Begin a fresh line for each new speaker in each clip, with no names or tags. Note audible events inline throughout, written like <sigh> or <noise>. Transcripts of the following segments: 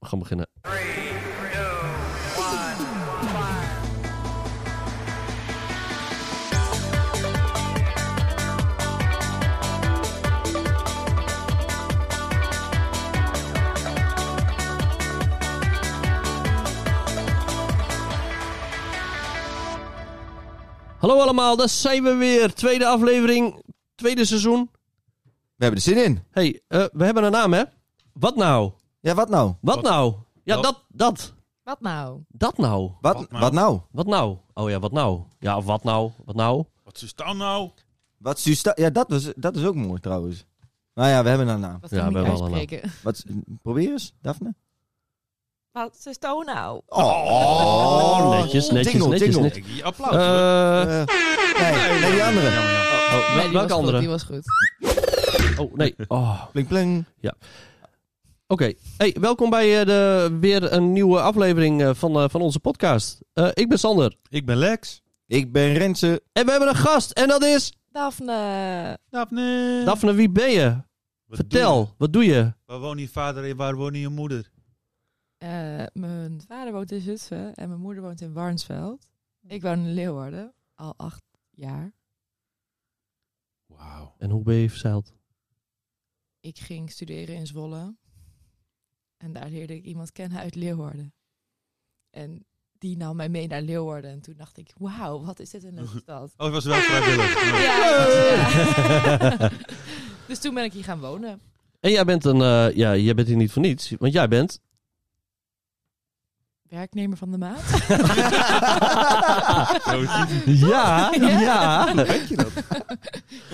gaan beginnen. Hallo allemaal, daar zijn we weer. Tweede aflevering, tweede seizoen.
We hebben er zin in.
hey, eh, we hebben een naam hè? Wat nou?
Ja, wat nou?
Wat,
Wat-
nou? Ja,
Wat-
dat, dat.
Wat nou?
Dat nou.
Wat,
Wat
wat,
nou?
nou?
Wat nou? Oh ja, wat nou? Ja, of wat nou? Wat nou?
Wat is dat nou?
Wat susta- Ja, dat, was, dat is ook mooi trouwens. Nou ja, we hebben een naam.
Wat
Ja,
kan ik
we
niet
hebben al een
uitspreken?
Wat, probeer eens, Daphne.
Wat is dat nou?
Oh,
Oh, netjes, netjes,
Jingle,
netjes,
jingle.
netjes.
Kijk, die applaus. hoor.
Eh,
Eh, nee, nee, die andere.
Jammer, jammer.
wel-
Nee, die
welke
was goed,
andere?
Die was goed.
Oh, nee. Oh. Oké.
Pling, pling.
Hey, welkom bij eh, de, weer een nieuwe aflevering eh, van, eh, van onze podcast. Eh, ik ben Sander.
Ik ben Lex.
Ik ben Rensen.
En we hebben een gast. En dat is...
Daphne.
Daphne.
Daphne, wie ben je?
Eh. Wat
Vertel,
doe je?
wat doe je?
Waar woont je vader en waar woont je moeder?
Eh, mijn vader woont in Zutphen en mijn moeder woont in Warnsveld. Ik woon in Leeuwarden, al acht jaar.
Wauw.
En hoe ben je verzeild?
Ik ging studeren in Zwolle. En daar leerde ik iemand kennen uit Leeuwarden. En die nam mij mee naar Leeuwarden. En toen dacht ik, wauw, wat is dit een
<laughs>
leuke stad.
Oh, het was wel vrijwillig.
Ja,
Ja.
<laughs>
ja. <laughs> dus toen ben ik hier gaan wonen.
En jij bent een... eh, ja, jij bent hier niet voor niets. Want jij bent...
Werknemer van de
<laughs>
maand.
ja, ja.
Weet je dat?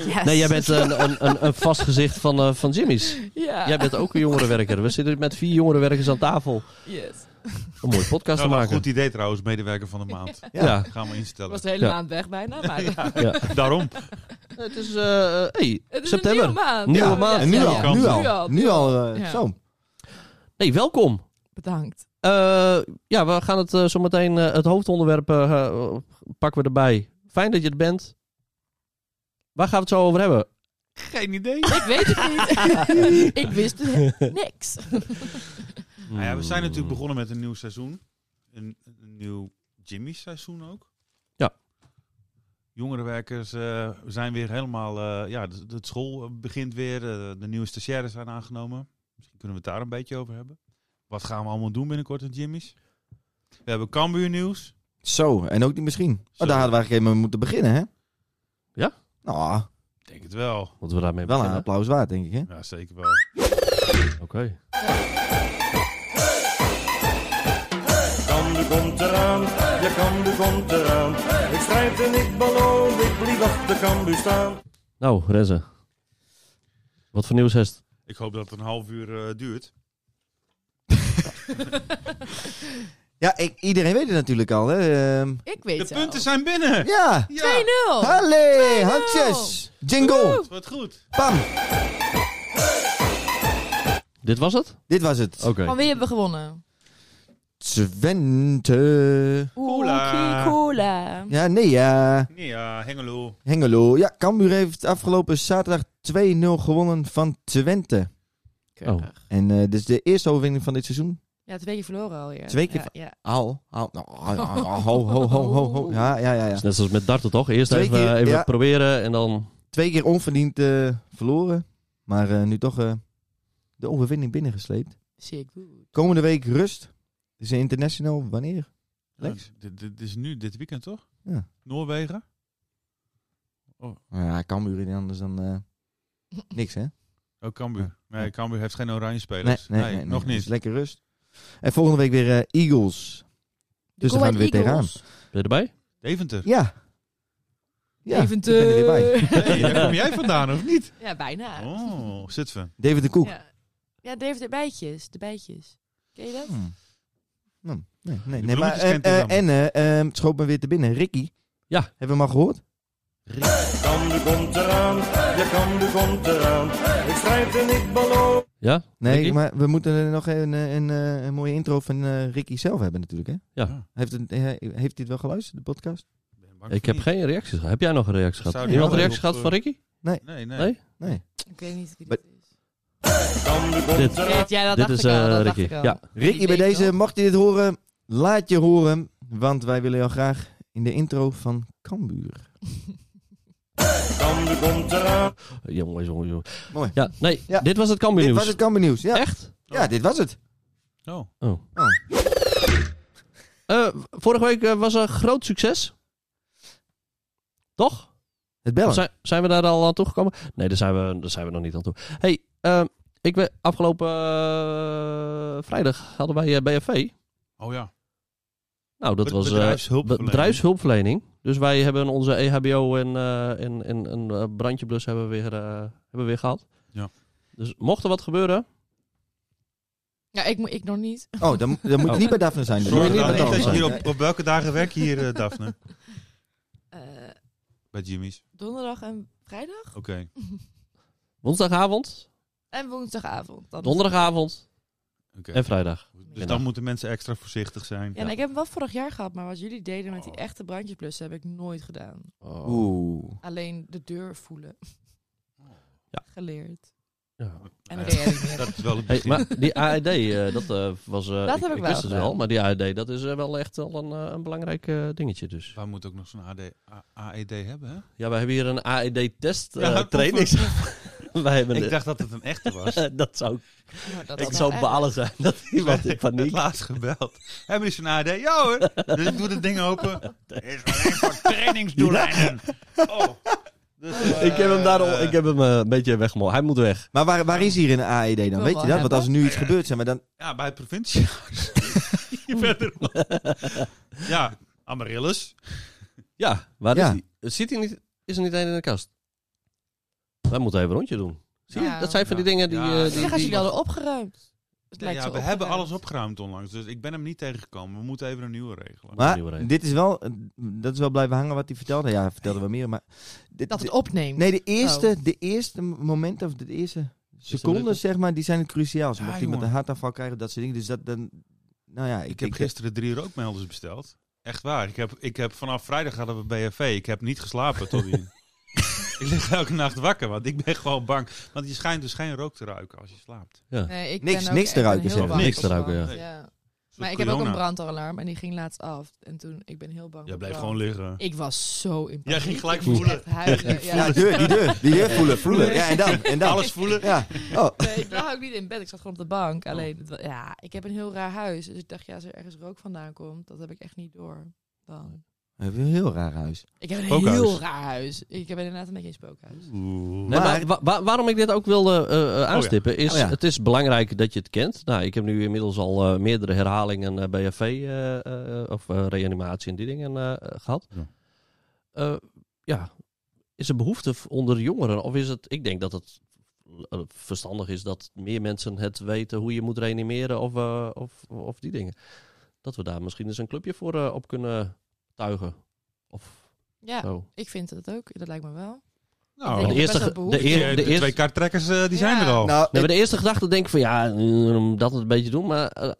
Yes.
Nee, jij bent een, een, een, een vast gezicht van, eh, van Jimmy's.
Ja.
Jij bent ook een jongerenwerker. We zitten met vier jongerenwerkers aan tafel.
Yes.
Een mooie podcast
Nou,
te
wel een
maken.
goed idee trouwens, medewerker van de maand.
Ja. Ja.
Gaan we
Ik
instellen.
was de hele
Ja.
maand weg bijna, maar
Daarom.
Het is... eh, hey,
het is
september.
een nieuwe maand.
Nieuwe
Ja,
maand.
ja,
En nu
ja,
al,
ja.
nu al.
Nu al,
Nu al, eh,
Ja.
zo.
Hey, welkom.
Bedankt.
Eh, ja, we gaan het eh, zo meteen, eh, het hoofdonderwerp eh, eh, pakken we erbij. Fijn dat je het bent. Waar gaan we het zo over hebben?
Geen idee.
Ik weet het
<laughs>
niet. ik wist niks.
Nou ja, we zijn
Mm.
natuurlijk
Hmm,
begonnen met een nieuw seizoen. Een, een nieuw Jimmy's seizoen ook.
Ja.
Jongerenwerkers eh, zijn weer helemaal... eh, ja, de, de school begint weer. eh, de nieuwe stagiaires zijn aangenomen. Misschien kunnen we het daar een beetje over hebben. Wat gaan we allemaal doen binnenkort in Jimmy's? We hebben Cambuur nieuws.
Zo, en ook niet misschien.
Zo.
Oh, daar hadden we eigenlijk even mee moeten beginnen, hè?
Ja?
Nou,
Ik denk het wel.
Wat we daarmee
wel een
beginnen.
applaus waard, denk ik, hè?
Ja, zeker wel.
Oké.
Kambu komt eraan, ja Kambu komt eraan. Ik strijd en ik beloof, ik blijf achter Kambu staan.
Nou, Renze. Wat voor nieuws is het?
Ik hoop dat het een half uur eh, duurt.
Ja, ik, iedereen weet het natuurlijk al, hè? Ehm,
Ik weet
De
het
punten zijn binnen!
ja!
Ja,
2-0.
Halle, handjes! Jingle!
het wordt goed.
Pam!
Dit was het?
Dit was het. Oh,
Oké.
Van wie hebben we gewonnen?
Twente.
Cola.
Oeh, cola.
Ja, nee, ja.
Nee, ja, Hengelo.
Hengelo. Ja, Cambuur heeft afgelopen zaterdag 2-0 gewonnen van Twente.
Oh.
Keurig.
En eh dit is de eerste overwinning van dit seizoen.
Ja, twee keer verloren alweer.
Twee keer
Ja, ja.
Au, au, nou, au, au, au, ho, ho, ho, ho, ho. Ja, ja, ja, ja.
is Dus net zoals met darten toch? Eerst
Twee
even,
keer,
even
ja.
proberen en dan...
Twee keer onverdiend eh, verloren. Maar eh, nu toch eh, de overwinning binnengesleept.
Zeer goed.
Komende week rust. Is een international wanneer? Lex?
Ja, dit, dit is nu, dit weekend toch?
Ja.
Noorwegen?
Ja, Cambuur niet anders dan eh, niks, hè?
Oh, Cambuur. Nee,
Ja.
Cambuur heeft geen oranje spelers. Nee, nog
Dus
niet.
lekker rust. En volgende week weer eh, Eagles. Dus
Go
dan gaan we weer
Ahead
tegenaan.
Eagles.
Ben je erbij?
Deventer.
Ja. Ja,
Even eh,
ik ben er weer
eh,
bij.
te-
Hey, daar kom jij vandaan, of niet?
Ja, bijna.
Oh, Zutphen.
David de Koek.
Ja. ja, David, de bijtjes. De bijtjes. Ken je dat?
Hmm. Nou, Nee, nee,
De
nee. Maar,
bloemetjes
eh,
kent
eh,
hij dan.
en eh, ehm, het schoot me weer te binnen. Ricky.
Ja.
Hebben we hem al gehoord?
Kambu komt eraan, ja Kambu komt eraan. Ik strijd en ik beloof.
Ja?
Nee,
Ricky?
maar we moeten er nog een, eh, een, eh, een mooie intro van eh, Ricky zelf hebben natuurlijk, hè?
Ja.
Ja.
Heeft, het- eh, heeft hij het wel geluisterd, de podcast?
Ben bang
Ik
voor
heb
niet.
geen reacties gehad. Heb jij nog een reactie gehad?
Zou
die
Iemand een
wel eh,
reactie gehad
even op,
van Ricky?
Nee, nee.
Nee?
Nee.
Ik weet niet wie
Maar-
dat is.
Cambuur
Dit.
komt eraan.
Weet jij, dat
Dit
dacht
is,
ik al.
eh,
dat
Ricky.
dacht ik al.
Ja.
Ricky,
Die
bij
weet
deze,
wel.
mocht je dit horen, laat je horen. Want wij willen jou graag in de intro van Cambuur.
Cambuur komt eraan.
Jongen, jongen, jongen.
Mooi.
Ja, nee,
Ja.
dit was het Cambuur
Dit was
nieuws.
het Cambuur nieuws. Ja.
Echt?
ja, dit was het.
Oh,
Oh.
Oh.
Eh, vorige week eh, was een groot succes. Toch?
Het bellen.
Zijn, zijn we daar al aan toegekomen? Nee, daar zijn we, daar zijn we nog niet aan toe. hey, eh, ik ben afgelopen eh, vrijdag hadden wij eh, BFV.
oh ja.
Nou, dat
Be-
was eh,
bedrijfshulpverlening.
be- bedrijfshulpverlening. Dus wij hebben onze EHBO en, eh en, en, en eh, brandjeblus hebben we weer, eh, hebben we weer gehad.
Ja.
Dus mocht er wat gebeuren,
Ja, ik, mo- ik nog niet.
Oh, dan, dan moet je
Oh.
niet bij Daphne zijn.
Zorg
niet
nou
met
niet
alles
dat je
zijn.
hier op, op welke dagen werk je <laughs> hier, eh, Daphne?
<laughs> Eh,
Bij Jimmy's.
donderdag en vrijdag?
Oké.
woensdagavond,
En woensdagavond. Dan is-
donderdagavond
oké.
en vrijdag.
Dus dan moeten mensen extra voorzichtig zijn.
Ja, en ik heb hem wel vorig jaar gehad, maar wat jullie deden met die
Oh.
echte brandjesplussen heb ik nooit gedaan.
Oeh.
Alleen de deur voelen.
Oh.
Ja.
geleerd.
Ja.
En
Nou
dat
ja,
deed jij niet meer.
<laughs> Dat is wel het
Hey,
begin.
maar die AED, eh, dat eh, was. eh,
Dat
ik,
heb ik
ik
wel
wist het
gedaan.
wel, maar die AED, dat is eh, wel echt wel een, eh, een belangrijk eh, dingetje. Dus.
Wij moeten ook nog zo'n AD, A- AED hebben, hè?
Ja, wij hebben hier een AED-test eh
Ja,
training. <laughs> wij hebben de-
Ik dacht dat het een echte was.
<laughs> dat zou
Maar dat
ik
was
zou
wel
balen zijn <laughs> dat iemand in
Het
paniek.
laatst gebeld. Hebben jullie zo'n AD? Ja hoor. Dus ik doe dat ding open. Is alleen voor trainingsdoeleinden. Oh. Dus, eh,
<laughs> Ik heb hem daar al, ik heb hem eh, een beetje weggemolken. Hij moet weg.
Maar waar, waar is hier een AED dan?
wil
Weet
wel
je dat? Want
hebben.
als er nu iets gebeurt, zijn we dan...
eh, Ja, bij het provincie. <laughs> Verderop. ja, Amaryllis.
Ja, waar
Ja.
is hij? Zit hij niet? Is er niet een in de kast? Wij moeten even een rondje doen. Zie je?
Ja.
dat zijn van die dingen die.
Ja.
eh, die-
echt. Zeg, als
die-
jullie hadden opgeruimd. Het
Ja,
lijkt zo
Oh.
we hebben
opgeruimd.
alles opgeruimd onlangs. Dus ik ben hem niet tegengekomen. We moeten even een nieuwe regelen.
nieuwe regel.
Maar dit is wel... Dat is wel blijven hangen wat hij vertelde. Ja, hij vertelde wel meer, maar... Dit,
Dat het Oh. opneemt.
nee, de eerste, de eerste moment of de eerste seconden,
gelukkig.
zeg maar, die zijn cruciaal. Ze
Ja,
mocht iemand
jongen.
een hartaanval krijgen, dat soort dingen. Dus dat dan... Nou ja, ik,
Ik heb
ik-
gisteren drie rookmelders besteld. Echt waar. Ik heb, ik heb vanaf vrijdag hadden we BFV. Ik heb niet geslapen tot <laughs> die. ik lig elke nacht wakker, want ik ben gewoon bang. Want je schijnt dus geen rook te ruiken als je slaapt.
Nee, ik
Niks-
ben ook
niks
echt
te ruiken,
een heel
zeg.
bang
Niks te
persoon.
ruiken,
ja.
Maar ik heb ook een
Corona.
brandalarm en die ging laatst af. En toen, ik ben heel bang.
Jij
voor
blijft
brand.
gewoon liggen.
Ik was zo in
Jij
paniek.
ging gelijk
Ik moest
voelen.
echt huilen.
Ja,
Ja,
die deur, die deur. Die deur voelen, voelen.
Nee.
Ja, en dan, en dan.
Nou, Alles voelen.
Ja. Oh.
<laughs>
Nee, ik lag ook niet in bed, ik zat gewoon op de
Oh.
bank. Alleen, het wa- ja, ik heb een heel raar huis. Dus ik dacht, ja, als er ergens rook vandaan komt, dat heb ik echt niet door. Dan.
We hebben een heel raar huis.
Ik heb een
Spookhuis.
heel raar huis. Ik heb inderdaad een beetje een spookhuis.
Oeh.
Nee, maar,
Maar-
wa- wa- waarom ik dit ook wilde eh, eh, aanstippen, is
Oh ja.
het is belangrijk dat je het kent. Nou, ik heb nu inmiddels al eh, meerdere herhalingen eh, BFV eh, eh, of eh, reanimatie en die dingen eh, eh, gehad.
Ja.
Ja. ja, is er behoefte v- onder jongeren? Of is het, ik denk dat het eh, verstandig is dat meer mensen het weten hoe je moet reanimeren of, eh, of, of die dingen. Dat we daar misschien eens een clubje voor eh, op kunnen tuigen. Of
Ja,
Oh.
zo.
ik vind dat ook. Dat lijkt me wel.
Nou,
Ik
de
denk
eerste,
best wel
ge- de,
behoefte.
die,
eer- de,
eh, de
eerste,
twee karttrekkers eh, die zijn
Ja.
er al.
Nou,
Nou,
ik-
bij de eerste gedachte denk ik van ja, mm, dat een beetje doen. Maar eh,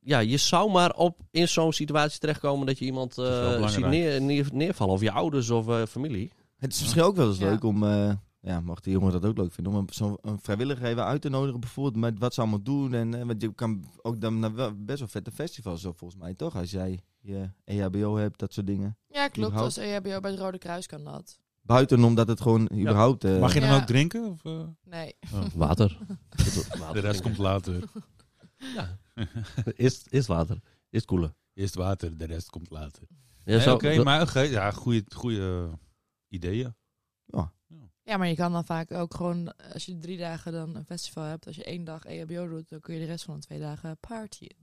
ja, je zou maar op in zo'n situatie terechtkomen dat je iemand
is wel
eh,
belangrijk.
ziet neer, neer- neervallen. Of je ouders of eh, familie.
Het is misschien ook wel eens
Ja.
leuk om, eh, ja, mocht die jongen dat ook leuk vinden, om een- zo'n een vrijwilliger even uit te nodigen, bijvoorbeeld met wat ze allemaal doen. En, eh, want je kan ook dan naar wel- best wel vette festivals, zo, volgens mij toch? Als jij je E EHBO hebt, dat soort dingen.
Ja, klopt.
Überhaupt?
Als E EHBO bij het Rode Kruis kan dat.
Buiten omdat het gewoon überhaupt. eh,
Mag je dan
Ja.
ook drinken? Of, eh?
Nee.
<laughs> Water.
Oh.
De rest komt later.
Ja. is, is water. Is koelen.
Eerst water, de rest komt later.
Ja,
Nee,
zo-
Oké, maar oké, ja, goede ideeën.
Ja, maar je kan dan vaak ook gewoon, als je drie dagen dan een festival hebt, als je één dag E EHBO doet, dan kun je de rest van de twee dagen partyen.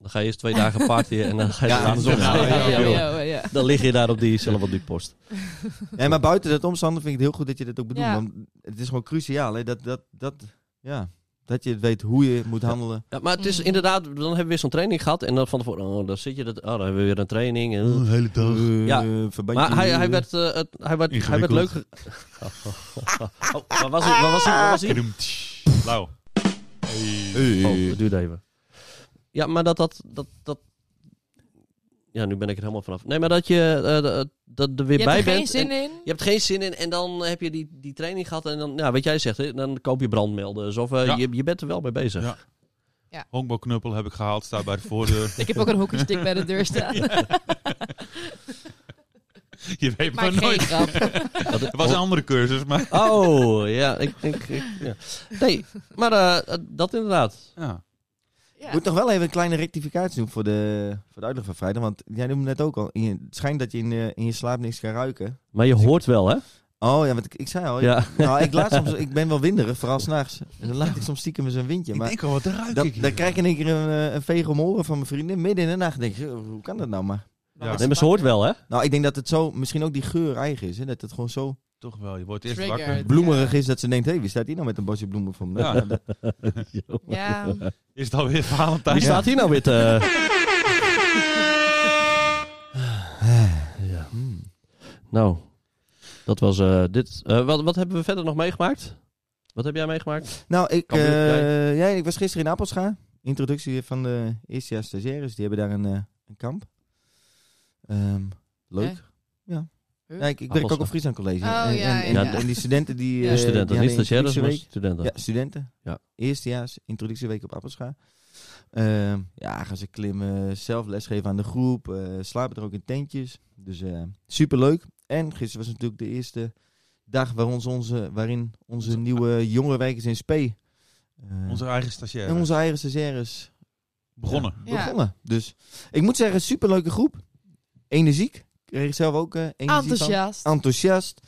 Dan ga je eerst twee dagen partyen en dan ga je
Ja,
er andersom.
ja,
Nou, Ja,
ja,
joh.
EHBO, ja.
Dan lig je daar op die Silver Duke post.
Nee, maar buiten dat omstander vind ik het heel goed dat je dat ook bedoelt.
Ja.
Want het is gewoon cruciaal hè, dat, dat, dat, ja, dat je weet hoe je moet handelen.
Ja, maar het is
Mm.
inderdaad, dan hebben we weer zo'n training gehad. En dan van tevoren, oh, dan zit je dat, oh, dan hebben we weer een training. En, eh,
hele dag.
Ja.
Eh, verbandje-
Maar hij, hij werd, eh, het- hij werd, hij werd leuk.
Ingewikkeld.
<laughs> Ge... oh, waar was hij? Waar was hij? Waar was hij?
Blauw.
Eh,
Oh, het duurde even. Ja, maar dat dat, dat, dat... ja, nu ben ik er helemaal vanaf. Nee, maar dat je eh, dat- dat er weer
je
bij
hebt er
bent.
geen zin
en-
in.
Je hebt geen zin in en dan heb je die, die training gehad en dan, nou, wat jij zegt, hè, dan koop je brandmelders of eh,
Ja.
je, je bent er wel mee bezig.
Ja. Honkbalknuppel heb ik gehaald, staat bij de
<laughs>
voordeur.
Ik heb ook een hockeystick bij de deur staan.
Je weet
maar
maar
geen
nooit.
grap.
Dat-
Het was een andere cursus,
<laughs>
maar...
Oh, ja. Ik, ik, ik, ja. Nee, maar eh, eh, dat inderdaad.
Ja.
Ja.
Ik moet nog wel even een kleine rectificatie doen voor de, voor de uitleg van vrijdag. Want jij noemde net ook al, in je- het schijnt dat je in, eh, in je slaap niks kan ruiken.
Maar je hoort wel, hè?
Oh ja, want ik, ik zei al,
Ja.
ik, nou, ik, laat <laughs> soms, ik ben wel winderig, vooral s'nachts. Dan laat ik soms stiekem eens een windje. Maar
denk al, wat ruik
dat, dan krijg ik in één keer een, eh, een veeg om mijn oren van mijn vrienden. Midden in de nacht denk ik, "Zo, hoe kan dat nou maar?
Ja.
Nee, maar ze hoort <laughs> wel, hè?
Nou, ik denk dat het zo, misschien ook die geur eigen is. Hè? Dat het gewoon zo
Toch wel, je wordt eerst
Triggered.
wakker.
bloemerig is dat ze denkt, hé, hey, wie staat hier nou met een bosje bloemen voor me?
Ja.
Ja, dat-
Ja,
Is het alweer Valentijn?
Wie staat hier nou weer te... ja.
hmm.
Nou, dat was eh, dit. Eh, wat, wat hebben we verder nog meegemaakt? Wat heb jij meegemaakt?
Nou, ik,
Kan Buurt, jij?
eh, ja, ik was gisteren in Appelscha. Introductie van de eerstejaars stagiaires. Die hebben daar een, eh, een kamp. Ehm, leuk.
Echt?
Ja.
Huh?
Ja, ik, ik werk ook
Appelscha.
op Friesland College.
Oh,
en,
ja,
en,
ja,
en-
ja.
en die studenten die... eh,
De
studenten,
die
niet
hadden
stagiaires, maar
introductieweek.
studenten.
Ja, studenten.
Ja.
Eerstejaars, introductieweek op Appelscha. Ehm, ja, gaan ze klimmen, zelf lesgeven aan de groep. eh, slapen er ook in tentjes. Dus eh superleuk. En gisteren was natuurlijk de eerste dag waar ons onze, waarin onze
Onze-
nieuwe jongerenwijkers in SP... eh,
Onze eigen stagiair.
en onze eigen stagiaires
Begonnen.
ja,
Ja.
begonnen. Dus ik moet zeggen, superleuke groep. Energiek. Kreeg ik zelf ook eh energie van.
enthousiast.
Enthousiast.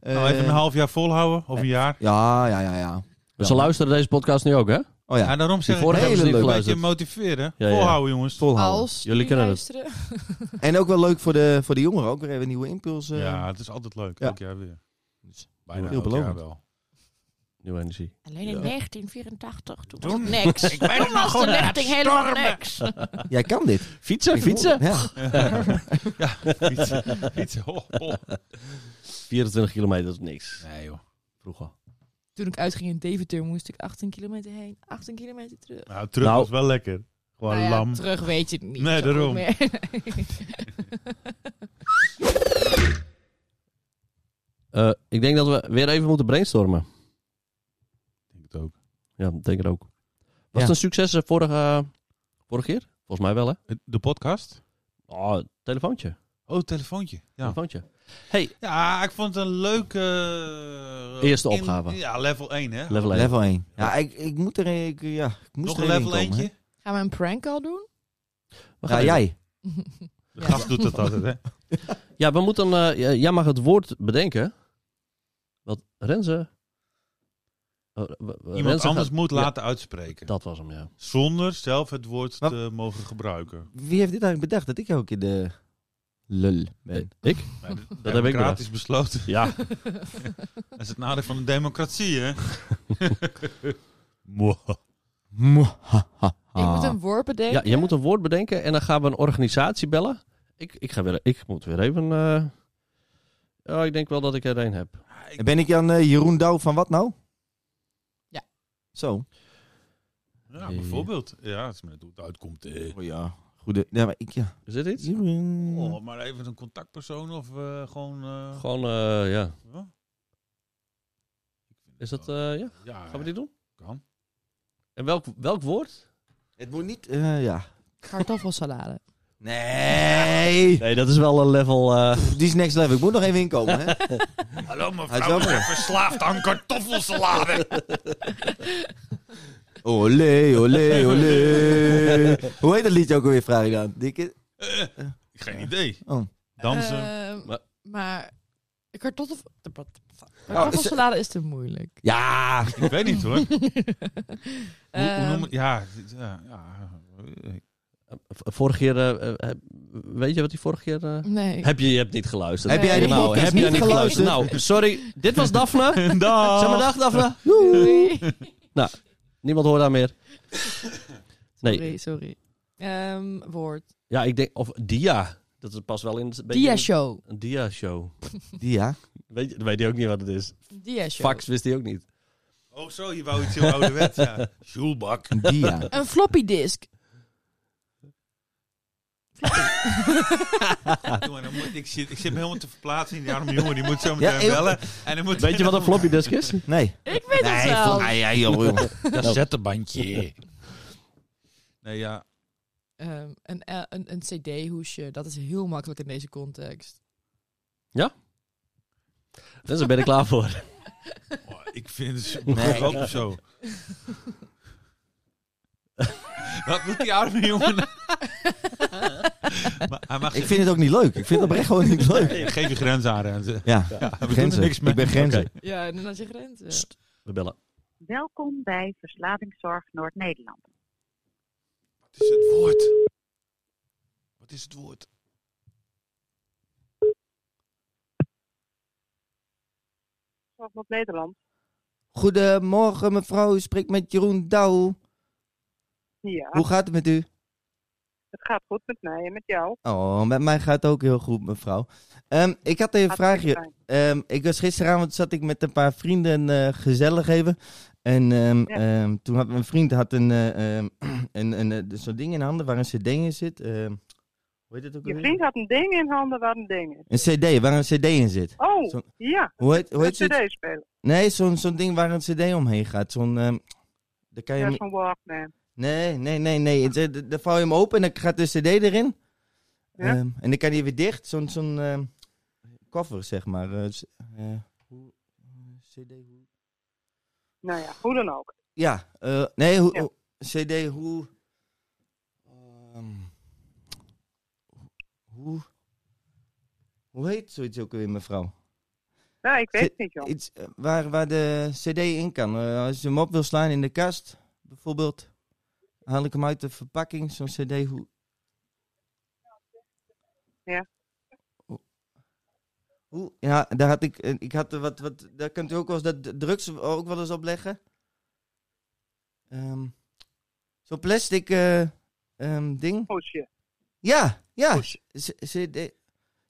nou, even
Eh,
een half jaar volhouden, of een jaar.
Ja, ja, ja, ja.
Ze luisteren deze podcast nu ook, hè?
Oh
Ja,
ja,
daarom zeg ik,
vorige
een
hebben ze niet
beetje
geluisterd.
motiveren.
Ja, ja.
Volhouden, jongens.
volhouden.
Als
Jullie
jullie
kennen
kunnen
het.
luisteren.
En ook wel leuk voor de, voor de jongeren. Ook weer even nieuwe eh. impulsen.
Ja, het is altijd leuk.
Ja.
Elk jaar weer.
Dus
Bijna
heel
elk jaar
belovend.
wel.
Nieuwe energie.
Alleen
in Ja.
1984, toen
was Toen- het
niks. ik
ben Toen nog was de gewoon aan het lichting helemaal stormen.
niks.
Jij kan dit.
<laughs> Fietsen,
Ik
fietsen.
voel het,
<laughs> ja, fietsen. fietsen. Ho, ho.
24 kilometer is niks.
Nee, joh.
Vroeger.
Toen ik uitging in Deventer moest ik 18 kilometer heen, 18 kilometer terug.
Nou, terug
Nou.
was wel lekker. Gewoon
Nou ja,
lam.
Terug weet je het niet.
Nee,
zo goed
daarom.
meer. <laughs>
Eh, ik denk dat we weer even moeten brainstormen.
Ik denk het ook.
Ja, ik denk het ook. Was
Ja.
het een succes eh, vorige, vorige keer? Volgens mij wel, hè?
De podcast?
Oh, telefoontje.
Oh, telefoontje. Ja.
Telefoontje. Hey,
Ja, ik vond het een leuke... eh,
Eerste opgave.
Ja, level 1, hè?
level
ja.
1.
Level 1. Ja, ik, ik moet er ik, ja, ik moest
Nog
er
een
in
level
komen, hè.
eentje?
Gaan we een prank al doen?
We gaan
Ja,
even-
jij.
De gast doet dat altijd, hè?
Ja, we moeten... eh, ja, jij mag het woord bedenken. Wat Renze... Eh, w- w-
<laughs> Iemand
Renze
anders
gaat-
moet
Ja,
laten uitspreken.
Dat was hem, ja.
Zonder zelf het woord
Wat?
te mogen gebruiken.
Wie heeft dit eigenlijk bedacht? Dat ik ook in de lul ben.
Eh, Ik?
Maar de-
ik
democratisch besloten.
Ja.
Dat is het nadeel van de democratie, hè?
<laughs> Ik moet een worp bedenken.
<laughs> Ah. ja, jij moet een woord bedenken en dan gaan we een organisatie bellen. Ik, ik, ga weer, ik moet weer even... eh, ja, ik denk wel dat ik er één heb.
Ben ik dan eh, Jeroen Douw van wat nou?
Ja.
Zo.
Ja, bijvoorbeeld. Ja, als men hoe het uitkomt. eh.
Oh ja. Goede. Ja, maar ik ja.
Is dit iets?
Jeroen.
Oh, maar even een contactpersoon of eh, gewoon... eh,
Gewoon, eh, ja.
huh?
Is dat... eh, ja?
Ja,
Gaan we dit doen?
kan.
En welk, welk woord?
Het moet niet. eh, ja.
Kartoffelsalade.
Nee. <laughs>
Nee, dat is wel een level... eh,
Die is next level. Ik moet nog even inkomen. Hè?
Hallo
Hij
mevrouw,
is wel-
ik ben verslaafd aan kartoffelsalade.
Olé, olé, olé. <laughs> Hoe heet dat liedje ook alweer, vraag ik dan? Dikke.
Geen idee.
Oh.
Dansen.
Ehm,
Maar-
maar kartoffel...
Oh,
is-
Kartoffelsalade is te moeilijk.
Ja.
Ik weet niet
<laughs>
hoor. Hoe- hoe,
Ehm,
noem het? Ja, ja, ja.
v- vorige keer... eh, eh, heb- weet je wat die vorige keer... eh,
nee.
Heb je, je hebt niet geluisterd.
Heb jij die
nou,
podcast
heb jij
niet
niet geluisterd?
geluisterd? Oh.
Nou, sorry. Dit was Daphne. Zeg maar dag, Daphne.
Doei.
Niemand hoort daar meer.
<laughs>
Nee.
Sorry, sorry. Ehm, woord.
Ja, ik denk... Of Dia. Dat past wel in... het- beetje in-
Dia-show.
Een dia-show.
Die ja.
Weet, je- weet hij ook niet wat het is.
Dia-show.
Fax wist hij ook niet.
Oh zo, je wou iets heel ouderwets, ja. Sjoelbak.
Die ja.
Een floppy disk.
Jongen, dan moet, ik, zit, ik zit me helemaal te verplaatsen in die arme jongen. Die moet zo
Ja,
meteen
eeuw.
bellen. En dan moet
Weet je wat een floppy disk
<laughs>
is?
Nee.
Ik weet het
nee,
wel.
vol- ah, <laughs> ja, joh, joh.
Cassettebandje.
Nee, ja.
Ehm, een, eh, een, een cd-hoesje, dat is heel makkelijk in deze context.
Dus daar ben ik klaar voor.
Oh, ik vind het
Nee. <laughs>
ook zo. Wat moet die arme jongen nou? Maar hij mag
Ik
zich-
vind het ook niet leuk. Ik vind het oprecht gewoon niet leuk.
Nee, Geef je grens aan. En ze-
Ja,
ja, we doen er
grenzen.
niks mee.
Ik ben grenzen.
Oké.
Ja, en dan als je eh. grenzen.
Sst. We bellen.
Welkom bij Verslavingszorg Noord-Nederland.
Wat is het woord? Wat is het woord?
Zorg Noord-Nederland.
Goedemorgen mevrouw, u spreekt met Jeroen Douw.
Ja,
Hoe gaat het met u?
het gaat goed met mij en met jou.
Oh, met mij gaat het ook heel goed mevrouw. Ehm, ik had een vraagje.
Hartstikke fijn.
Ehm, ik was gisteravond zat ik met een paar vrienden eh gezellig even. En ehm,
Ja.
ehm, toen had mijn vriend had een, eh, ehm, <clears throat> een, een, eh, zo'n ding in handen waar een cd in zit. Ehm, hoe heet het ook
Je
alweer?
vriend had een ding in handen waar een ding is.
Een cd, waar een cd in zit.
Oh,
Zo'n-
ja,
Hoe heet, hoe
een
heet het?
cd spelen.
Nee, zo'n zo'n ding waar een cd omheen gaat. Zo'n, ehm, daar kan je
Ja,
hem-
zo'n Walkman.
Nee, nee, nee, nee. Het, eh, d- Dan vouw je hem open en dan gaat de cd erin.
Ja.
Ehm, en dan kan hij weer dicht. Zo'n zo'n ehm, koffer, zeg maar. Eh, s- eh, hoe- cd, hoe?
Nou ja, hoe dan ook.
Ja, eh, nee, hoe,
Ja.
hoe- CD, hoe. ehm, hoe. Hoe heet zoiets ook weer, mevrouw?
Nou, ik weet
Zit-
het niet, joh.
Iets eh, waar, waar de CD in kan. Eh, als je hem op wil slaan in de kast, bijvoorbeeld. Haal ik hem uit de verpakking, zo'n CD, hoe.
Ja.
Hoe- Hoe? Ja, daar had ik. eh, Ik had er wat, wat. Daar kunt u ook wel eens dat d- drugs ook wel eens op leggen. Ehm, Zo'n plastic eh, ehm, ding.
Hoesje.
Ja, ja.
Hoesje.
Z- CD.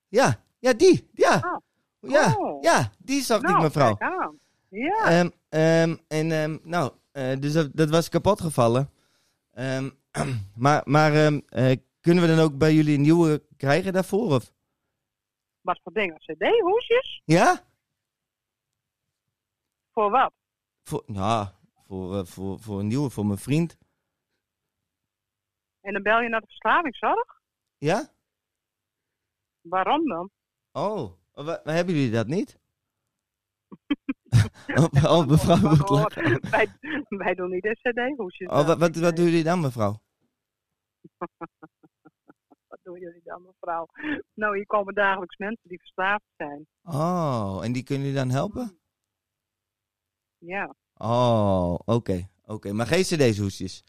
Ja, ja, die. Ja. Ja,
Oh.
ja, die zag ik,
nou,
mevrouw.
kijk aan. Ja,
Ehm, ehm, en ehm, nou, eh, dus dat, dat was kapot gevallen. Ehm, <clears throat> maar maar ehm, eh, kunnen we dan ook bij jullie een nieuwe krijgen daarvoor? Of?
wat voor dingen? CD-hoesjes?
Ja?
Voor wat?
Voor, ja, voor, eh, voor, voor een nieuwe, voor mijn vriend.
En dan bel je naar de verslavingszorg?
Ja?
Waarom dan?
Oh, wa- hebben jullie dat <laughs> niet? oh, oh, <laughs> mevrouw moet
Waarom?
lachen.
<laughs> wij, wij doen niet de CD-hoesjes.
Oh, wat, wat, wat doen jullie dan, mevrouw?
Wat doen jullie dan, mevrouw? Nou, hier komen dagelijks mensen die verslaafd zijn.
Oh, en die kunnen jullie dan helpen?
Ja,
Oh, oké. Oké, maar geen cd-hoesjes.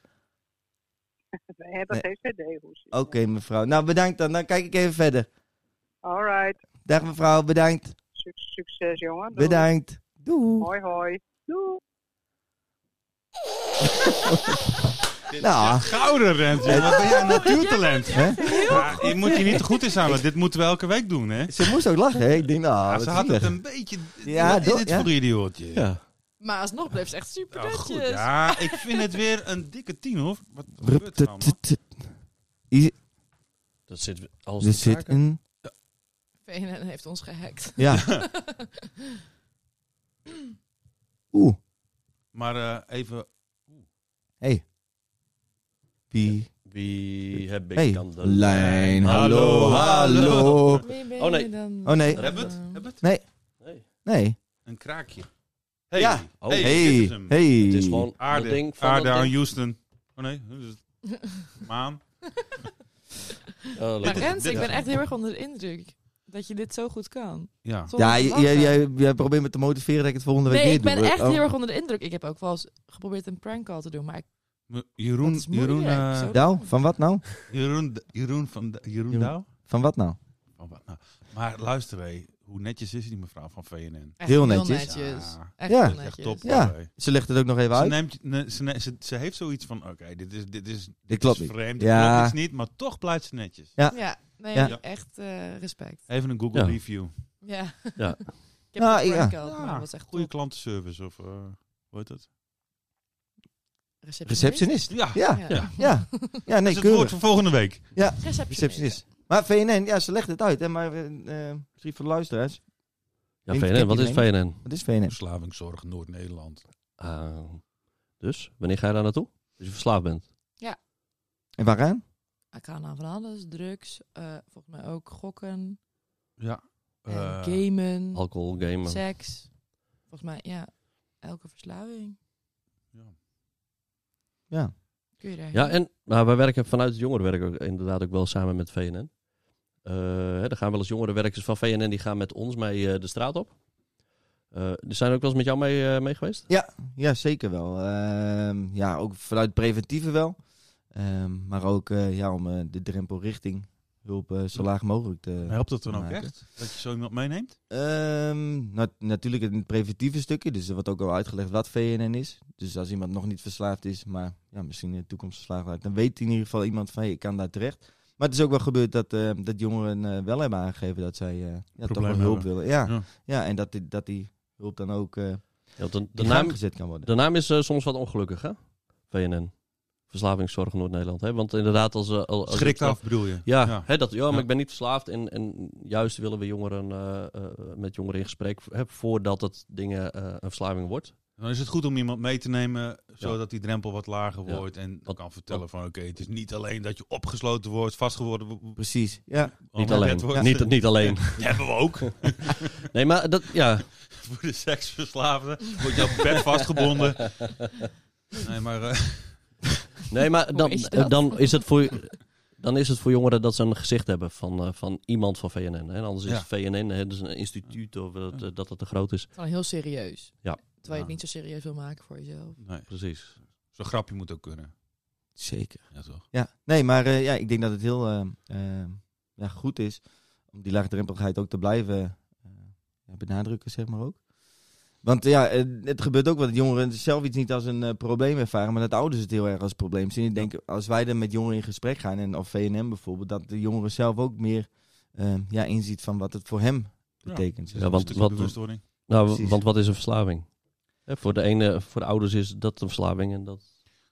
wij hebben geen CD-hoesjes.
Oké, mevrouw. Nou, bedankt dan. Dan kijk ik even verder.
All right.
Dag, mevrouw. Bedankt.
Suc- succes, jongen. Doei.
Bedankt. Doei.
Hoi, hoi. Doei.
Nou,
Gouden rent, jongen.
eh,
Ja, natuurtalent.
hè?
Ja, je moet hier niet te goed in zijn, want dit moeten we elke week doen, hè?
ze moest ook lachen. hè? Ik denk, nou,
Ja,
wat
ze had
zielig.
het een beetje...
Ja,
wat is
do-
dit
ja.
voor een idiootje?
Ja.
Maar alsnog bleef ze echt super
Nou, goed.
netjes.
Ja, ik vind het weer een dikke tien, hoor. Wat
Rup,
gebeurt er
tut,
allemaal?
tut, tut. Hier-
Dat zit alles
Er
te
zit
kraken.
een...
VNN heeft ons gehackt.
<laughs>
Ja. Oeh.
Maar eh, even...
Hey. Wie?
Wie heb ik
Hey.
dan de
Lijn. Hallo,
Hallo,
<laughs>
hallo.
Wie ben
Oh, nee.
je dan?
Oh, nee.
Eh,
Hebben we het? Hebben we het?
Nee,
Nee.
Een kraakje. Hey.
Ja.
Oh,
Hey. dit is
Hey.
hem.
Hey.
het is gewoon
Aarde.
dat ding van
Aarde
dat
aan
ding.
Houston. Oh nee, dat <laughs> is het. maan.
Oh,
Maar
leuk.
Rens,
dit
ik
is-
ben echt heel erg onder de indruk dat je dit zo goed kan.
Ja.
Zonder
Ja,
te
j-
lachen.
jij, jij, jij probeert me te motiveren dat ik het volgende week
Nee,
weer
ik
doe.
ben echt
Oh.
heel erg onder de indruk. Ik heb ook wel eens geprobeerd een prank call te doen, maar ik-
M-
Dat
Jeroen,
is moeilijk,
Jeroen, eh,
zo.
Nou, van wat nou?
Jeroen, D- Jeroen van D- Jeroen,
Jeroen.
Douw?
Van wat nou?
Oh, wat nou. Maar luister, hé, hoe netjes is die mevrouw van VNN?
echt
Heel
heel
netjes.
netjes.
Ja.
Echt
Ja.
heel
Dat is
netjes.
echt top.
Ja.
hoor, hé.
Ze legt het ook nog even
Ze,
uit.
neemt, ne- ze, ne- ze, ze heeft zoiets van, oké, dit is, dit is, dit
klopt
is
niet.
vreemd,
Ja.
dit klopt iets niet, maar toch blijft ze netjes.
Ja.
Ja, nee,
Ja.
echt eh, respect.
Even een Google
Ja.
review.
Ja.
Ja.
<laughs> ik heb
Nou,
een
ja.
prank call
Ja,
gedaan, dat was echt
Goede
top.
klantenservice of eh, hoe heet dat?
Receptionist.
Receptionist.
Ja,
Ja,
Ja.
ja. Ja,
dat
nee,
is Dus het woord
keurig.
voor volgende week.
Receptionist.
Receptionist. Maar VNN, ja, ze legt het uit, hè. Maar eh, eh, misschien voor de luisteraars,
Ja,
Denk-
VNN,
denk
wat is
iedereen.
VNN?
wat is VNN?
Verslavingszorg Noord-Nederland.
Ah, dus, wanneer ga je daar naartoe? Als je verslaafd bent.
En waaraan?
Ik kan aan van alles. Drugs. eh, volgens mij ook gokken.
Ja.
en
Eh,
gamen.
Alcohol, gamen.
seks. Volgens mij, ja. Elke verslaving.
ja.
Ja.
Kun je daar
Ja, en nou, wij werken vanuit het jongerenwerk ook inderdaad ook wel samen met VNN. Eh, hè, er gaan wel eens jongerenwerkers van VNN die gaan met ons mee eh, de straat op. Eh, er zijn ook wel eens met jou mee, eh, mee geweest?
Ja, zeker wel. Ehm, ja, ook vanuit preventieve wel. Ehm, maar ook eh, ja, om eh, de drempel richting hulp eh, zo laag mogelijk te...
Helpt dat dan ook
maken.
echt? Dat je zo iemand meeneemt?
Ehm, nat- natuurlijk in het preventieve stukje. Dus er wordt ook al uitgelegd wat VNN is. Dus als iemand nog niet verslaafd is, maar ja, misschien in de toekomst verslaafd raakt, dan weet in ieder geval iemand van hey, ik kan daar terecht. Maar het is ook wel gebeurd dat, eh, dat jongeren eh, wel hebben aangegeven dat zij eh, ja, toch wel
Problemen
hulp willen. Ja,
Ja.
ja. en dat die, dat die hulp dan ook eh
Ja, want de, de,
de naam
naam,
gezet kan worden.
de naam is eh, soms wat ongelukkig, hè? VNN. Verslavingszorg Noord-Nederland. hè? Want inderdaad, als... eh, al- als
Schrikt
als-
af, bedoel je?
Ja,
ja.
Hè, dat, ja, maar
Ja.
ik ben niet verslaafd. En, en juist willen we jongeren eh, eh, met jongeren in gesprek hè, voordat het dingen eh, een verslaving wordt.
Dan is het goed om iemand mee te nemen, zodat die drempel wat lager
Ja.
wordt. En
Wat-
kan vertellen van, oké, het is niet alleen dat je opgesloten wordt, vastgeworden wo- wo-
Precies, ja.
Niet
allemaal
alleen.
wet wordt.
Niet, niet
<laughs>
alleen.
Die hebben we
<laughs>
ook.
Nee, maar dat, ja,
Voor de seksverslaafden wordt je op bed
<laughs>
vastgebonden. Nee, maar... eh, <laughs>
Nee, maar dan
is
is,
dat?
dan is het voor... Dan is het voor jongeren dat ze een gezicht hebben van, eh, van iemand van VNN. Hè? Anders
Ja.
is VNN hè, dus een instituut of dat, eh, dat het te groot is.
Van heel serieus.
Ja.
Terwijl je
Ja.
het niet zo serieus wil maken voor jezelf.
nee,
Precies.
zo'n grapje moet ook kunnen.
Zeker.
Ja, toch?
Ja, nee, maar eh, ja, ik denk dat het heel eh, eh, ja, goed is om die laagdrempeligheid ook te blijven eh, ja, benadrukken, zeg maar ook. Want eh, ja, eh, het gebeurt ook wel dat jongeren zelf iets niet als een eh, probleem ervaren, maar dat ouders het heel erg als probleem zien. Ik denk, als wij dan met jongeren in gesprek gaan, en of VNM bijvoorbeeld, dat de jongeren zelf ook meer eh, ja, inziet van wat het voor hem betekent.
Ja, want-
Een stukje
wat-
bewustwording.
Nou,
Precies.
want wat is een verslaving? Hè, voor, de ene, voor de ouders is dat een verslaving. En dat,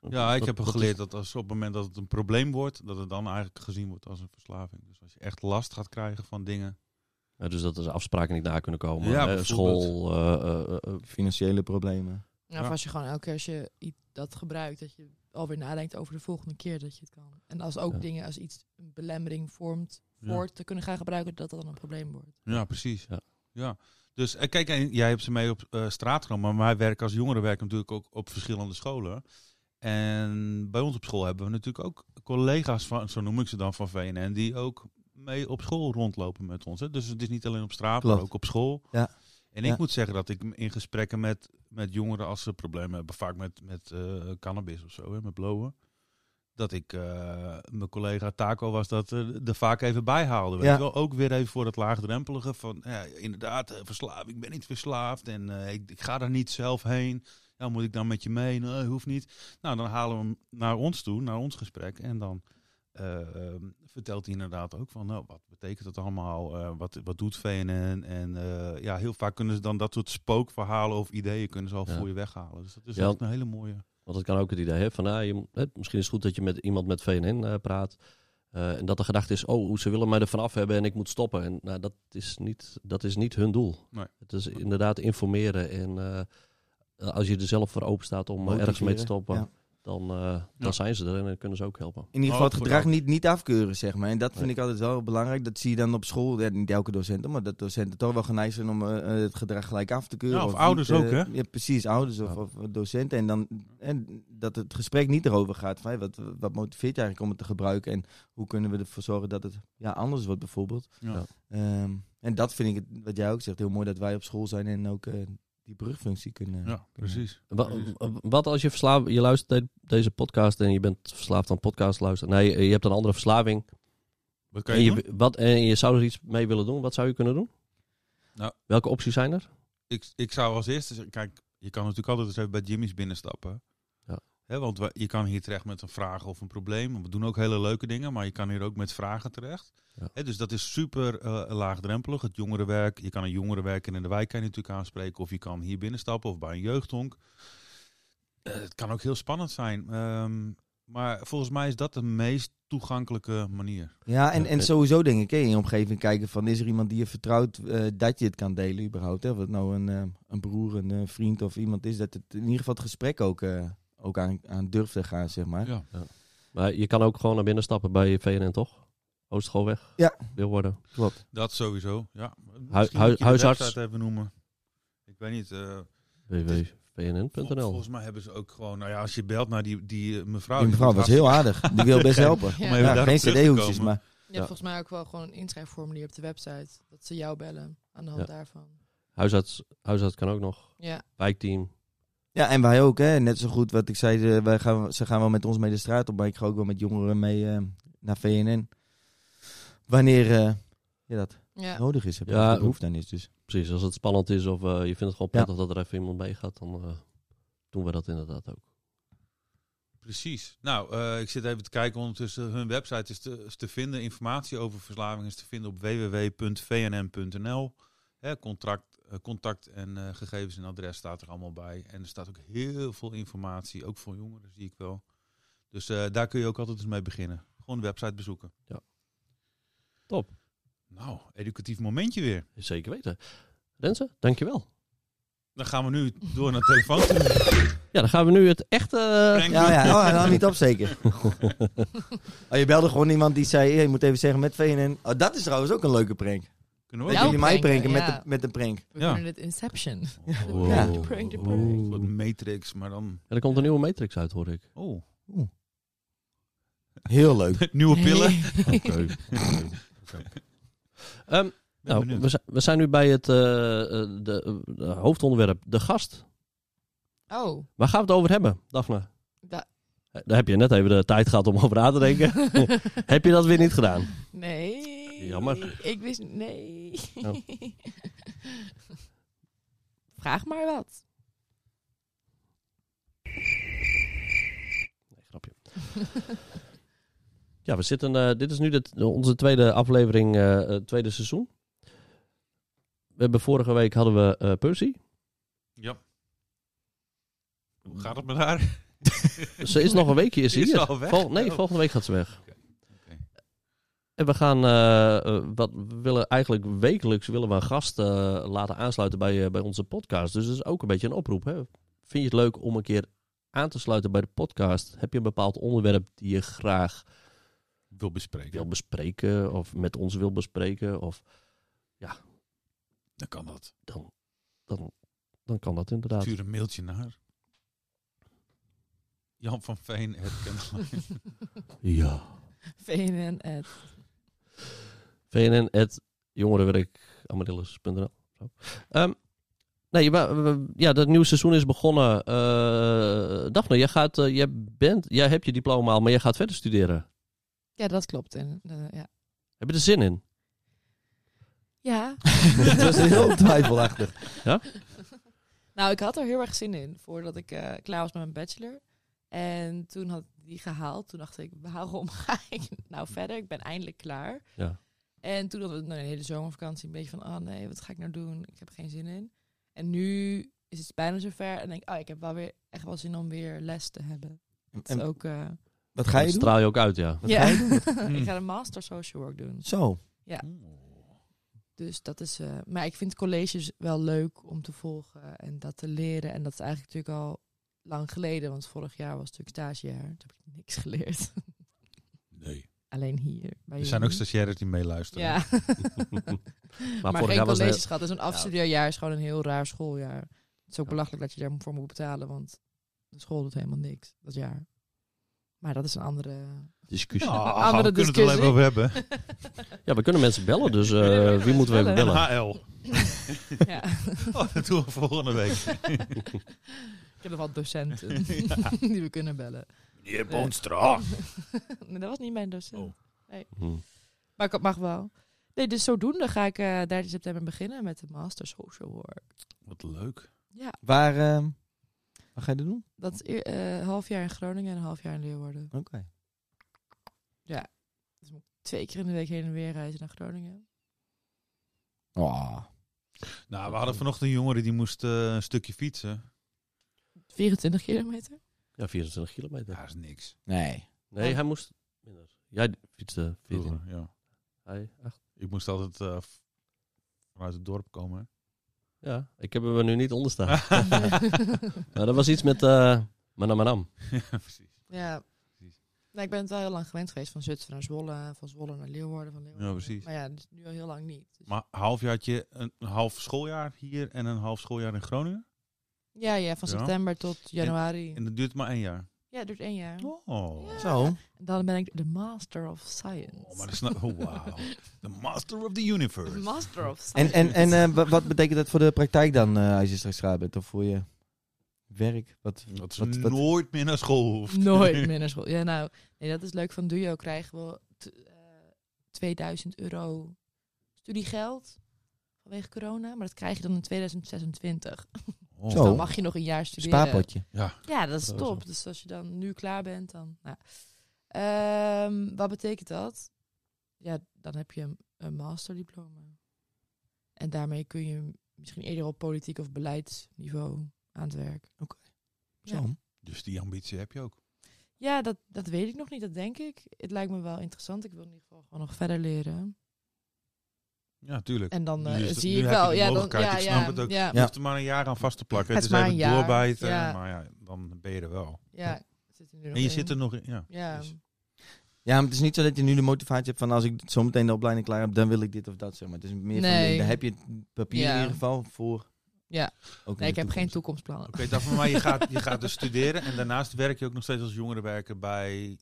Ja, ik
dat-
heb
dat
geleerd dat als op het moment dat het een probleem wordt, dat het dan eigenlijk gezien wordt als een verslaving. Dus als je echt last gaat krijgen van dingen.
is- ja, dus dat er afspraken niet na kunnen komen.
Ja,
hè,
bijvoorbeeld.
school. eh, eh, eh,
Financiële problemen.
Ja.
Nou, Of als je gewoon elke keer als je iets dat gebruikt, dat je alweer nadenkt over de volgende keer dat je het kan. En als ook
Ja.
dingen, als iets een belemmering vormt,
Ja.
voor te kunnen gaan gebruiken, dat dat dan een probleem wordt.
Ja, precies. Ja.
Ja.
Dus eh, kijk, en jij hebt ze mee op eh, straat genomen, maar wij werken als jongeren werken natuurlijk ook op verschillende scholen. En bij ons op school hebben we natuurlijk ook collega's van, zo noem ik ze dan van VNN, die ook mee op school rondlopen met ons. Hè. Dus het is niet alleen op straat, maar
Klopt.
ook op school.
Ja.
En ik
Ja.
moet zeggen dat ik in gesprekken met, met jongeren, als ze problemen hebben, vaak met, met eh, cannabis of zo, hè, met blowen, dat ik eh, mijn collega Taco was dat eh, er vaak even bij haalde. Weet
Ja.
je wel? Ook weer even voor het laagdrempelige van, ja, inderdaad, eh, verslaafd, ik ben niet verslaafd en eh, ik, ik ga daar niet zelf heen. Ja, moet ik dan met je mee? Nee, hoeft niet. Nou, dan halen we hem naar ons toe, naar ons gesprek. En dan eh, ehm, vertelt hij inderdaad ook van, nou, wat betekent dat allemaal? Eh, wat, wat doet VNN? En eh, ja, heel vaak kunnen ze dan dat soort spookverhalen of ideeën kunnen ze al
Ja.
voor je weghalen. Dus dat is
Ja.
echt een hele mooie...
Want dat kan ook het idee hebben van, nou, je, moet- hè, misschien is het goed dat je met iemand met VNN eh, praat. eh, en dat de gedachte is, oh, hoe ze willen mij er vanaf hebben en ik moet stoppen. En nou, dat, is niet, dat is niet hun doel.
Nee.
Het is inderdaad informeren. En eh, als je er zelf voor open staat om eh, ergens mee te
Motiveren,
stoppen,
ja.
dan, eh, dan
Ja.
zijn ze er en dan kunnen ze ook helpen.
In ieder
Maar
geval
ook
het
voor
gedrag
de
niet, niet afkeuren, zeg maar. En dat vind
Nee.
ik altijd wel belangrijk. Dat zie je dan op school, ja, niet elke docent, maar dat docenten toch wel geneigd zijn om eh, eh, het gedrag gelijk af te keuren.
Ja, of ouders
niet,
ook,
eh,
hè?
Ja, precies, ouders of,
Ja.
of docenten. En, dan, en dat het gesprek niet erover gaat van, hé, wat, wat motiveert je eigenlijk om het te gebruiken? En hoe kunnen we ervoor zorgen dat het ja, anders wordt, bijvoorbeeld?
Ja.
Ja.
Ehm, en dat vind ik, het, wat jij ook zegt, heel mooi dat wij op school zijn en ook eh, die brugfunctie kunnen.
Ja, precies.
Wa-
Precies.
Wat als je verslaafd, je luistert de- deze podcast en je bent verslaafd aan podcast luisteren. Nee, je hebt een andere verslaving.
Wat kan
En
je
je,
doen?
wat, en je zou er iets mee willen doen. Wat zou je kunnen doen?
Nou.
Welke opties zijn er?
ik, ik zou als eerste zeggen, kijk, je kan natuurlijk altijd eens even bij Jimmy's binnenstappen.
Ja.
Hè, want we- je kan hier terecht met een vraag of een probleem. We doen ook hele leuke dingen, maar je kan hier ook met vragen terecht.
Ja.
Hè, dus dat is super eh, laagdrempelig. Het jongerenwerk, je kan een jongerenwerker in de wijk kan je natuurlijk aanspreken. Of je kan hier binnenstappen of bij een jeugdhonk. Eh, Het kan ook heel spannend zijn. Ehm, maar volgens mij is dat de meest toegankelijke manier.
Ja, en,
Ja, eh,
en
het-
sowieso denk ik hè, in je omgeving kijken van is er iemand die je vertrouwt eh, dat je het kan delen überhaupt. Hè? Of het nou een, eh, een broer, een eh, vriend of iemand is. Dat het in ieder geval het gesprek ook, eh, ook aan, aan durft te gaan, zeg maar.
Ja.
Maar je kan ook gewoon naar binnen stappen bij VNN, toch? Oostschoolweg.
Ja.
Leeuwarden.
Klopt.
Dat sowieso. Ja.
hui-
Misschien moet je de
huisarts.
website even noemen. Ik weet niet. eh, vol-
www.vnn.nl.
volgens mij hebben ze ook gewoon. Nou ja, als je belt naar die, die eh, mevrouw.
Die mevrouw was heel aardig. Die wil best helpen.
Ja.
Maar
Je
even
Ja,
daarop
geen
terug te
cd-hoesjes,
komen.
maar
hebt volgens mij ook wel gewoon een inschrijfformulier op de website. Dat ze jou bellen aan de hand
Ja.
daarvan.
Huisarts, huisarts kan ook nog.
Ja,
Wijkteam.
Ja, en wij ook, hè. Net zo goed wat ik zei, de- wij gaan, ze gaan wel met ons mee de straat op, maar ik ga ook wel met jongeren mee eh, naar VNN. Wanneer eh, je dat
ja.
nodig is, heb je
Ja,
ja, behoefte aan is. Dus.
Precies, als het spannend is of eh, je vindt het gewoon
Ja.
prettig dat er even iemand mee gaat, dan eh, doen we dat inderdaad ook.
Precies. Nou, eh, ik zit even te kijken ondertussen. Hun website is te, is te vinden. Informatie over verslaving is te vinden op www.vnm.nl. Hè, contract, eh, contact en eh, gegevens en adres staat er allemaal bij. En er staat ook heel veel informatie, ook voor jongeren zie ik wel. Dus eh, daar kun je ook altijd eens mee beginnen. Gewoon de website bezoeken.
Ja. Top.
Nou, educatief momentje weer.
Zeker weten. Renze, dankjewel.
Dan gaan we nu door naar telefoon. toe.
<laughs>
Ja, dan gaan we nu het echte... eh,
Frank,
Ja, ja, oh, hij nam niet op zeker. <laughs> Oh, je belde gewoon iemand die zei, hey, je moet even zeggen met VNN. Oh, dat is trouwens ook een leuke prank.
Kunnen we
Dat
ook
jullie
Jou
mij
pranken,
pranken met,
ja.
de, met de prank.
We
Ja.
kunnen het Inception.
Wow.
Ja.
Oeh.
Prank the
Een soort matrix, maar dan...
En er komt een nieuwe Matrix uit, hoor
<laughs>
ik.
Oh,
Heel leuk. <laughs>
nieuwe pillen.
Ehm,
Ben
nou,
benieuwd.
we, zijn- we zijn nu bij het eh, eh, de, eh, de hoofdonderwerp, de gast.
<laughs> Oh,
Waar gaan we het over hebben, Daphne?
da-
Eh, Daar heb je net even de tijd gehad om <laughs> over na te
<laughs>
denken. Oh, heb je dat weer niet gedaan?
nee.
Jammer.
Ik wist, nee.
Oh.
<laughs> Vraag maar wat.
Nee, grapje. ja, we zitten. eh, dit is nu de, t- onze tweede aflevering, eh, eh, tweede seizoen. We hebben vorige week hadden we eh, Percy.
Ja. Hoe gaat het met haar?
Ze is nog een weekje, is ze
Is ze
hier.
al weg?
Vol- nee,
Oh.
volgende week gaat ze weg.
Oké, oké.
En we gaan, eh, eh, wat we willen eigenlijk wekelijks willen we een gast eh, laten aansluiten bij, eh, bij onze podcast. Dus dat is ook een beetje een oproep. Hè? Vind je het leuk om een keer aan te sluiten bij de podcast? Heb je een bepaald onderwerp die je graag
Wil bespreken.
wil bespreken of met ons wil bespreken? Of
Dan kan dat.
dan, dan, dan kan dat inderdaad.
Stuur een mailtje naar haar. Jan van Veen. at
<laughs>
Kennelijn.
Ja.
VNN. at-
VNN at jongerenwerkamarillis.nl. Zo. Ehm, nee, maar, we- ja, dat nieuwe seizoen is begonnen. Eh Daphne, jij, gaat, eh, jij, bent, jij hebt je diploma al, maar jij gaat verder studeren.
Ja, dat klopt. En, eh, ja.
Heb je er zin in?
ja.
Het was heel twijfelachtig.
Nou, ik had er heel erg zin in voordat ik eh, klaar was met mijn bachelor. En toen had ik die gehaald. Toen dacht ik, waarom <laughs> ga ik nou verder? Ik ben eindelijk klaar.
Ja.
En toen hadden we nou, een hele zomervakantie. Een beetje van, oh nee, wat ga ik nou doen? Ik heb er geen zin in. En nu is het bijna zover. En denk ik, oh, ik heb wel weer echt wel zin om weer les te hebben. Dat is
En
ook... eh,
wat ga je
dat
doen?
straal je ook uit, ja.
Wat
ja,
ga je
<laughs> ik ga een master social work doen.
Zo.
Oh,
Dus dat is. eh, maar ik vind colleges wel leuk om te volgen en dat te leren. En dat is eigenlijk natuurlijk al lang geleden, want vorig jaar was het natuurlijk stagejaar. Toen heb ik niks geleerd. <laughs>
Nee.
Alleen hier. Bij
Er zijn ook
jullie.
stagiaires die meeluisteren.
<laughs> Ja.
<laughs>
vorig jaar
maar geen
was het-
colleges gehad. Dus een afstudeerjaar is gewoon een heel raar schooljaar. Het is ook belachelijk dat je daarvoor moet betalen, want de school doet helemaal niks dat jaar. Maar dat is een andere.
<laughs>
Discussie.
Ah,
Andere
we kunnen het er wel even over
discussie. <laughs>
hebben.
Ja, we kunnen mensen bellen, dus eh, wie moeten we even
bellen.
bellen?
NHL.
Ja.
<laughs>
<laughs>
Oh, dat doen we volgende week.
ik heb nog
<laughs>
wat docenten <laughs> die we kunnen bellen.
Meneer
Boonstra. Nee, dat was niet mijn docent.
Oh.
Hm.
Maar het mag wel. Nee, dus zodoende ga ik eh 13 september beginnen met de Master Social Work.
Wat leuk.
Ja,
Waar, eh, wat ga je dat doen?
dat is eer- eh, een half jaar in Groningen en een half jaar in Leeuwarden.
Oké.
Twee keer in de week heen en weer reizen naar Groningen.
Ah. Oh,
Nou, we hadden vanochtend een jongere die moest eh, een stukje fietsen.
24 kilometer.
Ja, 24 kilometer.
Ja, dat is niks.
Nee.
Nee, hij moest minder. Jij fietste 14.
Vroeger, ja.
Hij 8.
Ik moest altijd eh, v- vanuit het dorp <laughs> komen.
Ja, ik heb hem er nu niet onder <laughs> staan. maar dat was iets met eh Manam Manam.
ja, precies.
<laughs> ja.
Precies.
Nee, ik ben het wel heel lang gewend geweest. Van Zutphen naar Zwolle, van Zwolle naar Leeuwarden. Van Leeuwarden.
Ja, precies.
Maar ja, dus nu al heel lang niet. Dus-
Maar halfjaartje, een een half schooljaar hier en een half schooljaar in Groningen.
ja, ja, van
Ja.
september tot januari.
En dat duurt maar één jaar.
ja, het duurt één jaar.
Oh,
Ja.
Zo.
En dan ben ik de Master of Science.
Oh, maar dat snap oh,
<laughs>
wauw. The master of the universe.
De Master of Science.
En, en, en eh, wa- wat betekent dat voor de praktijk dan, eh, als je straks gaat bent? Of voor je werk? Wat,
dat ze
wat, wat-
nooit meer naar school hoeft.
<laughs>
<laughs>
Nooit meer naar school. Ja, nou, nee, dat is leuk. Van Duo krijgen we t- eh, 2000 euro studiegeld vanwege corona. Maar dat krijg je dan in 2026.
Oh.
Zo.
Dan mag je nog een jaar studeren.
spaarpotje.
Ja, dat is
Zo,
top. Dus als je dan nu klaar bent, dan... Nou. Ehm, wat betekent dat? Ja, dan heb je een, een masterdiploma. En daarmee kun je misschien eerder op politiek of beleidsniveau aan het werk.
Zo.
Ja.
Dus die ambitie heb je ook.
Ja, dat, dat weet ik nog niet, dat denk ik. Het lijkt me wel interessant. Ik wil in ieder geval gewoon nog verder leren.
Ja, tuurlijk.
En dan
Nu
eh,
is het-
zie
nu
ik
heb je
wel.
de
Ja, dan,
mogelijkheid.
ja,
Ik
ja,
snap het ook.
ja,
Je hoeft er maar een jaar aan vast te plakken.
Het
Het
is
is
maar
even
een jaar,
doorbijten.
ja.
Maar ja, dan ben je er wel.
ja, ik zit er nu nog
En je
in.
zit er nog in. Ja.
Ja,
dus-
Ja, maar het is niet zo dat je nu de motivatie hebt van als ik zometeen de opleiding klaar heb, dan wil ik dit of dat. Zeg maar. Het is meer
Nee.
van, daar heb je het papier
Ja.
in ieder geval voor.
Ja.
Ook in
nee, ik
de
heb geen
toekomst.
toekomstplannen.
Oké, dat van mij. Je gaat, je gaat dus studeren. En daarnaast werk je ook nog steeds als jongerenwerker bij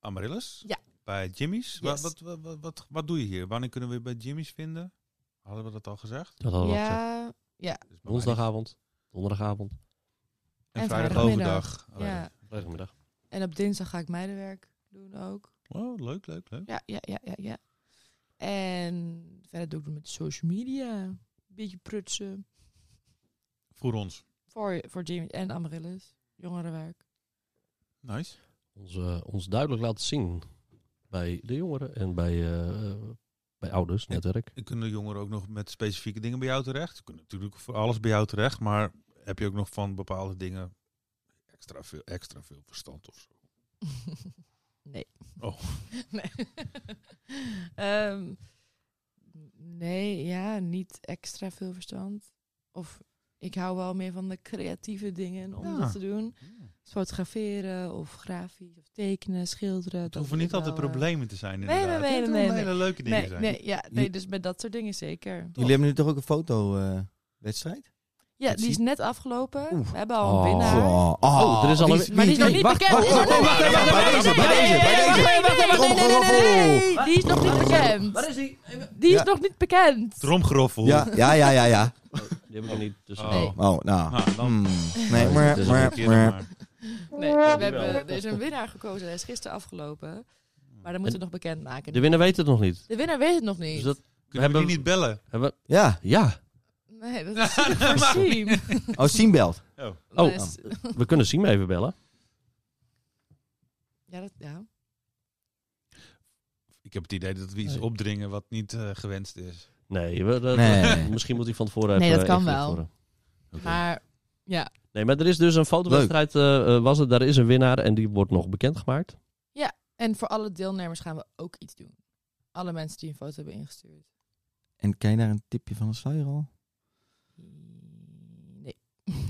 Amaryllis.
Ja.
Bij Jimmy's. Wat,
Yes.
wat, wat, wat, wat, wat doe je hier? Wanneer kunnen we je bij Jimmy's vinden? Hadden we dat al gezegd?
Dat hadden we al gezegd.
Ja,
Dus bij mij
Woensdagavond, donderdagavond,
niet. En,
en
vrijdag
vrijdagmiddag.
overdag. Oh, alleen.
ja.
vrijdagmiddag.
En op dinsdag ga ik meidenwerk doen ook.
Oh, leuk, leuk, leuk.
Ja, ja, ja, ja, ja. En verder doe ik het met social media. Een beetje prutsen.
Voor ons.
Voor, voor Jimmy en Amaryllis. Jongerenwerk.
Nice.
Ons, eh, ons duidelijk laten zien bij de jongeren en bij, eh, bij ouders, netwerk.
En kunnen jongeren ook nog met specifieke dingen bij jou terecht? Ze kunnen natuurlijk voor alles bij jou terecht, maar heb je ook nog van bepaalde dingen extra veel, extra veel verstand of zo?
nee.
Oh.
nee. Ehm, nee, ja, niet extra veel verstand. Of ik hou wel meer van de creatieve dingen om
Ja.
dat te doen. Fotograferen of grafisch of tekenen, schilderen.
Het
dat
hoeven
vind
niet
ik
altijd
wel, eh,
problemen te zijn
nee,
inderdaad.
nee,
Het
nee,
kunnen
nee,
hele leuke dingen
Nee,
zijn.
nee, ja, nee, dus met dat soort dingen zeker.
Jullie hebben nu toch ook een eh, foto-wedstrijd?
Ja,
Dat
die
zie-
is net afgelopen.
Oeh.
We hebben al een winnaar.
oh,
Oh, er is al een-
Maar die is nog
wie-
niet
wacht,
bekend.
wacht,
Die is
wacht,
nog niet
wacht,
bekend.
wacht, bij deze, bij
Nee,
deze,
nee,
bij deze.
nee, nee, nee, nee, nee, nee, nee, nee, nee. Die is nog niet bekend.
is die?
Die is
Ja.
nog niet bekend.
Tromgeroffel.
Ja, ja, ja, ja, ja.
Die heb ik er niet tussen.
Oh.
Nee. Ah,
Oh, nou.
Nou, dan-
Hmm. Nee,
Ja,
maar,
het is een
maar,
Keer dan
maar.
maar.
Nee, we hebben, er is een winnaar gekozen. Hij is gisteren afgelopen. Maar dan moeten we nog bekend maken.
De winnaar weet het nog niet.
De winnaar weet het nog
Dus
niet.
dat
Kunnen we
hebben-
die niet bellen?
hebben we-
Ja,
Ja,
Nee, dat is niet voorzien.
oh, Siembelt.
Oh.
Dus-
we kunnen Siem even bellen.
Ja, dat, ja.
Ik heb het idee dat we iets
Nee.
opdringen wat niet eh, gewenst is.
Nee, we, dat-
Nee.
<laughs> misschien moet hij van tevoren
Nee,
even...
dat kan
ingelicht
wel.
worden.
Maar ja,
Nee, maar er is dus een fotowedstrijd, eh, eh, was het, daar is een winnaar en die wordt nog bekendgemaakt.
en voor alle deelnemers gaan we ook iets doen. Alle mensen die een foto hebben ingestuurd.
En kan je daar een tipje van de sluier
<laughs>
al?
Nee.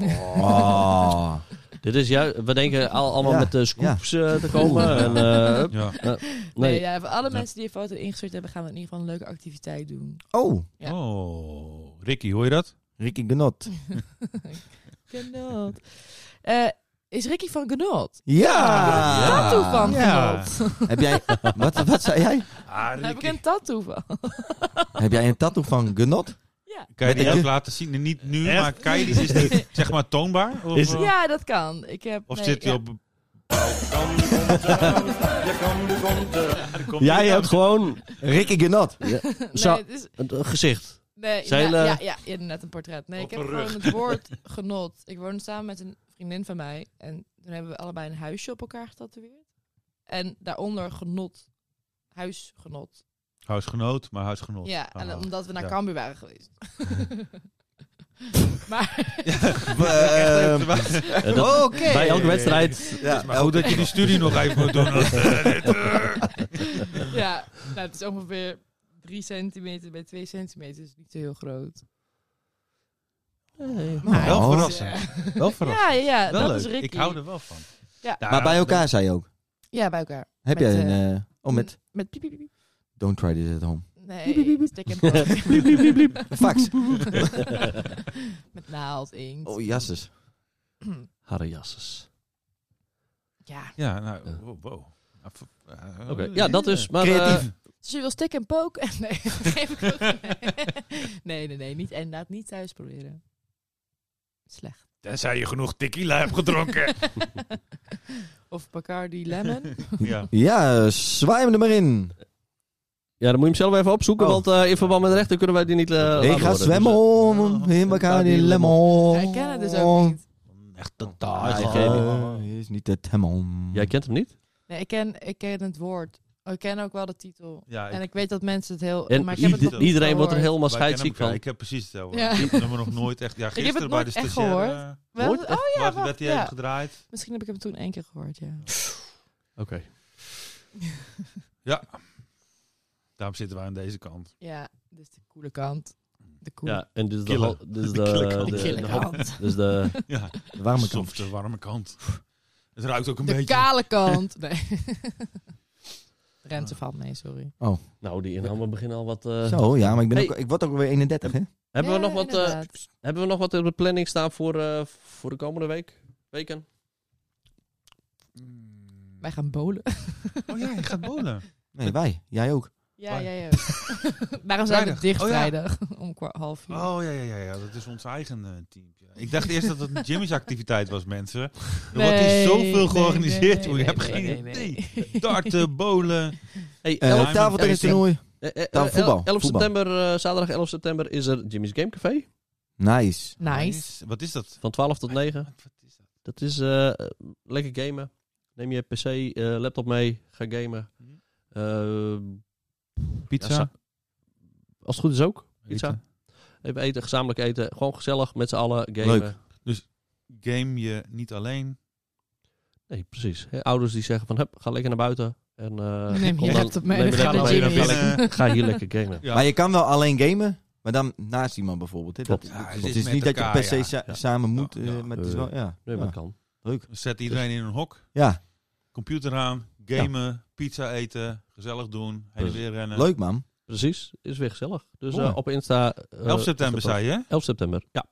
<laughs>
Oh.
Dit is juist, we denken al, allemaal
Ja,
met de scoops eh, te komen. En, eh, hup.
Ja.
nee,
Nee, ja, voor alle
Ja.
mensen die een foto ingestuurd hebben, gaan we in ieder geval een leuke activiteit doen.
Oh,
Ja.
Oh, Ricky, hoor je dat?
Ricky Genot.
Genot. Eh, is Ricky van Genot?
Ja!
Tattoo van
Ja.
Genot.
Heb jij, wat, wat zei jij?
Ah,
Daar <laughs> heb ik
Ricky.
een tattoo van.
Heb jij een tattoo van Genot?
Ja.
Kan je
Met
die
een-
ook laten zien? Niet nu,
Echt?
maar kan je die is
<laughs>
die, zeg maar toonbaar? Of,
Is-
eh,
ja, dat kan. Ik heb,
of
nee,
zit die
ja.
op
Jij hebt gewoon
Ricky Genot. <laughs>
Zo-
Nee, het is,
een, een eh, gezicht.
nee
Zijn
ja,
er-
ja, ja, inderdaad een portret. Nee, ik
Op
heb
een
gewoon
rug.
het woord <laughs> genot. Ik woonde samen met een vriendin van mij. En toen hebben we allebei een huisje op elkaar getatoeëerd. En daaronder genot. Huisgenot.
Huisgenoot, maar huisgenoot.
Ja, en
Ah,
omdat we naar
<laughs> ja.
Cambuur waren geweest.
<laughs>
Maar
Ehm,
En dat-
Oké.
Bij elke wedstrijd.
Ja,
Maar goed dat je die studie nog even moet doen.
<laughs> ja, nou, het is ongeveer 3 centimeter bij 2 centimeter. Dus niet zo heel groot.
Nou,
Wel
oh.
verrassend. Wel verrassend.
Ja, ja,
Wel
dat
leuk.
is Ricky.
Ik hou er wel van.
Ja.
Nou
<laughs> Maar
ja,
bij elkaar zei je ook.
Ja, bij elkaar.
Heb
Met,
jij een...
eh,
eh, oh, met
Met piep, piep, piep.
Don't Try This At
<laughs>
Home.
Nee, stick <laughs> and plug.
Een Fax.
<laughs> Met naald, inkt.
Oh, jasses.
Harajasses.
Ja.
Ja, nou, wow. wow. Nou, v- eh,
Oké, ja, dat is. Maar, eh,
Creatief.
Dus je wil stick en poke? <laughs> Nee, geef ik ook niet. <laughs> nee, nee, nee. Niet, inderdaad niet thuis proberen. Slecht.
Tenzij je genoeg tequila hebt gedronken.
<laughs> Of Bacardi Lemon.
ja.
ja, eh, zwaai hem er maar in.
ja, dan moet je hem zelf even opzoeken,
Oh.
want eh, in verband met rechten kunnen wij die niet eh, laten
Ik ga
horen. Dus,
zwemmen
eh,
om in Bacardi Lemon.
Hij kent het dus ook niet.
Echt de
Ah,
Hij eh,
ik
taart.
ken hem
is niet de Temon.
eh, Jij kent hem
Oh,
niet?
Nee, ik ken, ik ken het woord. Oh, Ik ken ook wel de titel.
Ja,
En ik weet dat mensen het heel...
En
maar ik heb het
ieder-
nog niet
iedereen wordt er
gehoord.
helemaal
wij kennen
scheidsziek
elkaar.
van.
Ik heb precies hetzelfde.
Ja.
Ik heb hem nog nooit echt... Ja,
heb
gisteren
het
bij de
nooit echt
stagiaire
gehoord.
eh,
Wel-
Nooit echt.
oh ja,
werd-
wacht,
werd hij
ja.
even gedraaid.
Misschien heb ik hem toen één keer gehoord, ja.
Oké.
<laughs> Daarom zitten wij aan deze
<laughs>
kant.
Ja, dus de coole kant. De coole
Ja, en dit is de...
Killer.
hal- Dit is
De
de...
killer kant.
de-
de kille
de hal-
kant.
Dit is
<laughs>
de...
Ja,
De warme kant.
soft de warme kant. Het ruikt ook een
De
beetje...
kale kant.
<laughs>
Nee. Rente valt mee, sorry.
Nou, die inhammen beginnen al wat... eh,
Zo, ja, maar ik, ben
Hey.
ook, ik word ook weer 31, hè?
Hebben, we
Ja,
nog wat, eh,
inderdaad.
hebben we nog wat in de planning staan voor, eh, voor de komende week? Weken?
Wij gaan
<laughs>
bolen.
Mm. Oh ja, je gaat
<laughs>
bolen.
Nee, wij. Jij ook.
Ja,
Waar?
ja, <laughs> ja. Daarom zijn we
Vrijdag.
dicht
Oh, ja.
vrijdag <laughs> om kwart half uur.
Oh ja, ja, ja, ja, dat is ons eigen eh, teampje. Ik dacht eerst dat het een Jimmy's activiteit was, mensen. Er wordt
Nee,
hier zoveel
nee,
georganiseerd,
nee, nee,
joh. je hebt
nee,
geen
nee, nee.
idee. <laughs> eh.
<laughs>
Darten, bolen.
Hey,
Eh,
elf-
Diamond
tafeltennis toernooi.
eh, eh,
dan
eh,
voetbal,
11
voetbal.
september, eh, zaterdag 11 september is er Jimmy's Game Café.
Nice.
Nice.
Wat is dat?
Van 12 tot 9.
Wat is dat?
Dat is eh, lekker gamen. Neem je PC, eh, laptop mee. Ga gamen.
Hm.
Eh,
Pizza?
Ja, sa- als het goed is ook. Pizza. Even eten, gezamenlijk eten. Gewoon gezellig met z'n allen gamen.
Leuk.
Game je niet alleen.
Nee, precies. Hè, ouders die zeggen van, hup, ga lekker naar buiten. En, eh,
Neem je
kom dan-
laptop mee,
neem
dan
je
ga
laptop
naar
mee,
Jimmy's.
ga lekker-
<laughs>
Ga hier lekker
<laughs>
gamen.
Ja.
Maar je kan wel alleen gamen, maar dan naast iemand bijvoorbeeld. Hè? Dat,
Klopt.
Ja,
het
het
is
is
niet dat je
met
per
elkaar,
se
ja.
sa-
Ja.
samen moet,
Ja,
eh,
ja.
maar het is wel, ja.
Nee, maar
ja.
dat kan.
Dus-
Zet iedereen in een hok.
Ja,
Computer aan. Gamen. Pizza eten. Gezellig doen. Heen en weer rennen.
Dus leuk man.
Precies, is weer gezellig. Dus eh,
Mooi.
op Insta... eh,
11 september
is dat
zei je, hè?
ook. 11 september, ja.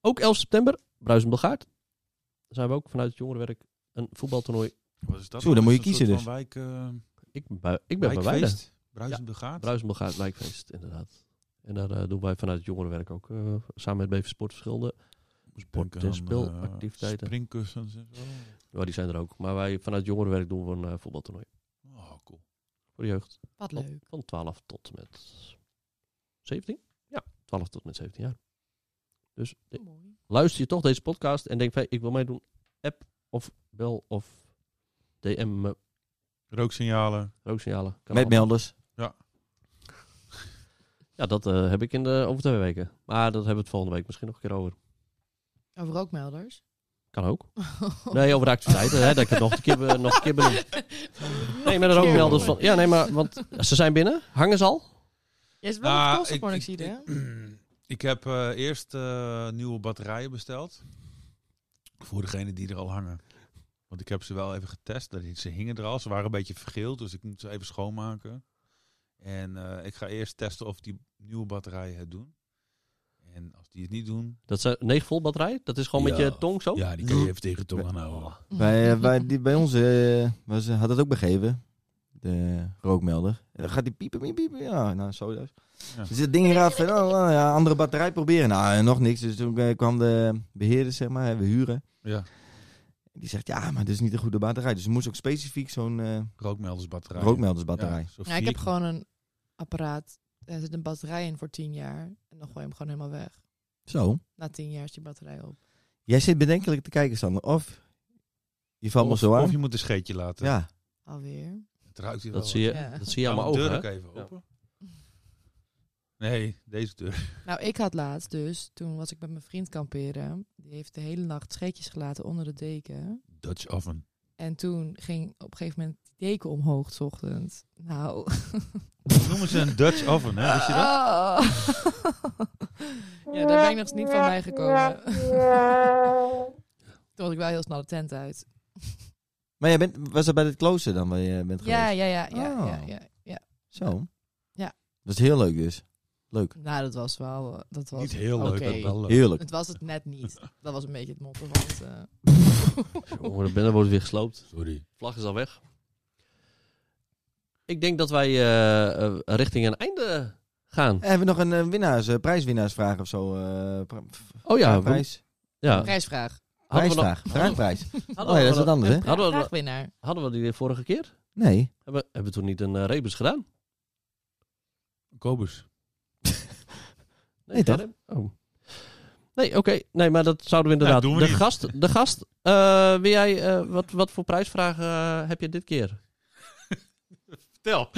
Ook 11 september, Bruisen Belgaard. Daar zijn we ook vanuit het jongerenwerk een voetbaltoernooi.
Wat is dat?
Zo, dan moet je
Is dat
kiezen dus.
een soort van
Ik, ben bij- ik ben
Wijk,
bij
eh
beide.
wijkfeest. Bruisende gaat.
Bruisen Belgaard wijkfeest, inderdaad. En daar eh, doen wij vanuit het jongerenwerk ook eh, samen met BV Sport verschillende sport- en speelactiviteiten.
eh, Springkussens en zo.
Ja, die zijn er ook. Maar wij vanuit het jongerenwerk doen we een eh, voetbaltoernooi.
Oh, cool.
Voor de jeugd.
Wat
Van-
leuk.
Van 12 tot met 17? Ja, 12 tot met 17 jaar. Dus eh,
Mooi.
luister je toch deze podcast en denk van, hey, ik wil meedoen, app of bel of DM me,
Rooksignalen.
rooksignalen. Kan
Met
allemaal. <laughs>
melders.
Ja, dat eh, heb ik in de, over twee weken. Maar dat hebben we het volgende week misschien nog een keer over.
Over rookmelders?
Kan ook. Nee, over de activiteiten, hè, dat ik het nog een keer, be- nog een keer
<laughs>
benoem. Nee, maar er ook wel dus van. Ja, nee, maar want ze zijn binnen, hangen ze al.
Je is wel
Nou,
een
ik-
kostenmonoxide, hè?
ik, <clears throat> ik heb eh, eerst eh, nieuwe batterijen besteld. Voor degene die er al hangen. Want ik heb ze wel even getest. Dat- Ze hingen er al. Ze waren een beetje vergeeld. Dus ik moet ze even schoonmaken. En eh, ik ga eerst testen of die nieuwe batterijen het doen. En als die het niet doen...
Dat zijn 9 volt batterij, dat is gewoon met
Ja.
je tong zo.
Ja, die kan je even tegen je tong aanhouden.
Oh. Mhm.
Bij, eh, bij, die, bij ons eh, was, had het ook begeven. De rookmelder. En dan gaat die piepen, piep, piep. Ja, nou, zo dus.
Ja.
Dus dat ding eraf. En, oh, oh, ja, andere batterij proberen. Nou, en nog niks. Dus toen eh, kwam de beheerder, zeg maar. hè, We huren.
Ja,
Die zegt, ja, maar dit is niet een goede batterij. Dus er moest ook specifiek zo'n eh,
rookmeldersbatterij.
rookmeldersbatterij.
Ja, zo
Ja, ik heb
vier-
gewoon een apparaat. Er zit een batterij in voor tien jaar. En dan gooi je hem gewoon helemaal weg.
Zo.
Na tien jaar is die batterij op.
Jij zit bedenkelijk te kijken, Sander. Of je valt me
of,
zo aan.
of je moet een scheetje laten.
Ja.
Alweer.
Het ruikt hier wel.
Dat zie je,
Ja.
dat zie je aan mijn
Hou de
ogen.
deur
hè.
ook even
Ja.
open. Nee, deze deur.
Nou, ik had laatst dus, toen was ik met mijn vriend kamperen. Die heeft de hele nacht scheetjes gelaten onder de deken.
Dutch oven.
En toen ging op een gegeven moment die deken omhoog, 's ochtends.
<laughs>
Nou.
Noemen ze een Dutch oven, hè? Wist je dat?
Oh. <laughs> ja, daar ben ik nog niet van bijgekomen. <laughs> toen was ik wel heel snel de tent uit.
Maar jij bent, was dat bij het klooster dan waar je bent geweest?
Ja, ja, ja, ja, ja,
Oh.
ja, ja.
Zo.
Ja.
Dat is heel leuk dus. Leuk.
Nou, dat was wel... eh, Dat was
Niet heel leuk,
oké.
maar wel leuk.
Heerlijk.
Het was het net niet. Dat was een beetje het motto van het... eh,
Jongen, de banner wordt weer gesloopt.
Sorry.
Vlag is al weg. Ik denk dat wij eh, eh, richting een einde gaan.
Hebben we nog een eh, winnaars, eh, prijswinnaarsvraag of zo? eh, pra- pf-
Oh ja, we-
prijs,
ja.
Prijsvraag.
Hadden, we nog-
prijsvraag. Vraagprijs.
hadden,
Oh ja,
we
dat
nog-
is wat anders, hè?
Hadden we-
Vraagwinnaar.
hadden we die de vorige keer?
Nee.
Hebben, hebben we toen niet een eh, rebus gedaan?
Kobus.
Nee, toch?
Gerrit? Oh. Nee, oké. Nee, maar dat zouden we inderdaad...
Ja, doen we
de,
niet.
gast, de gast, eh, wil jij, eh, wat, wat voor prijsvraag eh, heb je dit keer?
Vertel.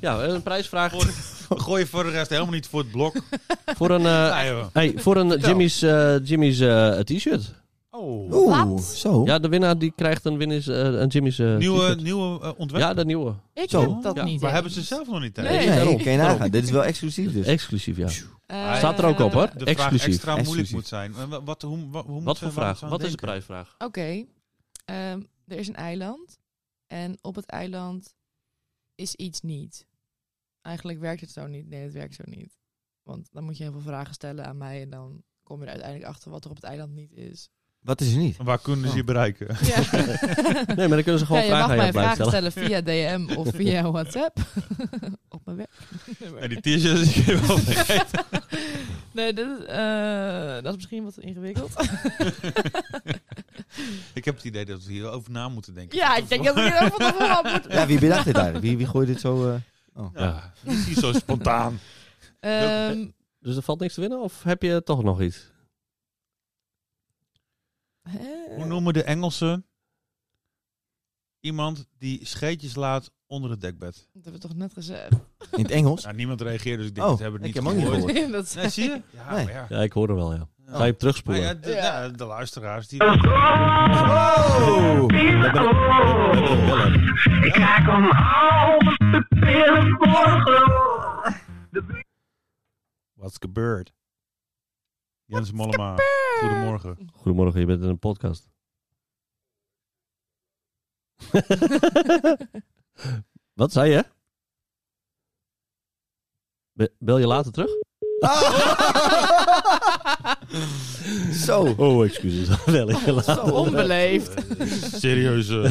Ja, een prijsvraag
Voor- <laughs> Gooi je voor de rest helemaal niet voor het
<laughs>
blok.
voor een, eh,
Nee, joh.
hey, voor een
Vertel.
Jimmy's, eh, Jimmy's eh, t-shirt.
Oh.
Oeh,
Wat?
zo.
Ja, de winnaar die krijgt een, winnaars, eh, een Jimmy's eh,
Nieuwe,
t-shirt.
nieuwe eh, ontwerp.
Ja, de nieuwe.
Ik
Zo.
heb dat
Ja,
niet.
maar
hè.
hebben ze zelf nog niet
Nee.
tijd?
Nee,
daarom,
oké,
daarom.
nagaan. Dit is wel exclusief dus.
Exclusief, ja.
Eh,
Staat er ook op, hoor.
De vraag
Exclusief.
extra moeilijk
Exclusief.
moet zijn. Eh, wa- Wat, hoe, wa- hoe moet
Wat
ze-
voor
waar moet
vraag?
ze aan
Wat is de
denken?
prijsvraag?
Oké. Ehm, er is een eiland. En op het eiland is iets niet. Eigenlijk werkt het zo niet. Nee, het werkt zo niet. Want dan moet je heel veel vragen stellen aan mij. En dan kom je er uiteindelijk achter wat er op het eiland niet is.
Wat is er niet?
En Waar kunnen ze je bereiken?
Ja.
<laughs> Nee, maar dan kunnen ze gewoon
Ja, <laughs> je
vragen aan jou
mag mij
blijven
vragen
stellen.
stellen via DM of
<laughs>
via WhatsApp. <laughs> op mijn werk.
<laughs> En die <laughs> t-shirts die
<laughs>
je wel vergeet.
nee, dit is, eh, dat is misschien wat
<laughs>
ingewikkeld.
Ik heb het idee dat we hierover na moeten denken.
ja, ik denk dat ik
<laughs>
hier ook van tevoren aan moet.
Ja, wie bedacht dit eigenlijk? Wie, wie gooit dit zo? eh?
Ja, die is hier zo
<laughs>
spontaan.
Ehm,
Dus er valt niks te winnen? Of heb je toch nog iets?
hè?
Hoe noemen de Engelsen iemand die scheetjes laat onder het dekbed?
Dat hebben we toch net gezegd?
In het Engels?
Nou, niemand reageert, dus ik denk
Oh,
dat hebben we
ik
niet
heb hem ook niet
gehoord.
gehoord.
<laughs> dat
Nee, zie
<laughs>
je? Ja,
Nee.
maar ja.
Ja, ik hoor hem wel, ja. Ga
Ja.
je hem
Maar
terugspoelen?
ja, de, nou,
Ja.
de- de luisteraars die...
Oh!
Ik raak om half de pillen morgen.
What's gebeurd? Jens Mollema, goedemorgen.
Goedemorgen, je bent in een podcast. Wat zei je? Be- bel je later terug?
Zo.
Oh, excuses. <laughs> Bel ik je later.
Onbeleefd.
Eh, Serieuze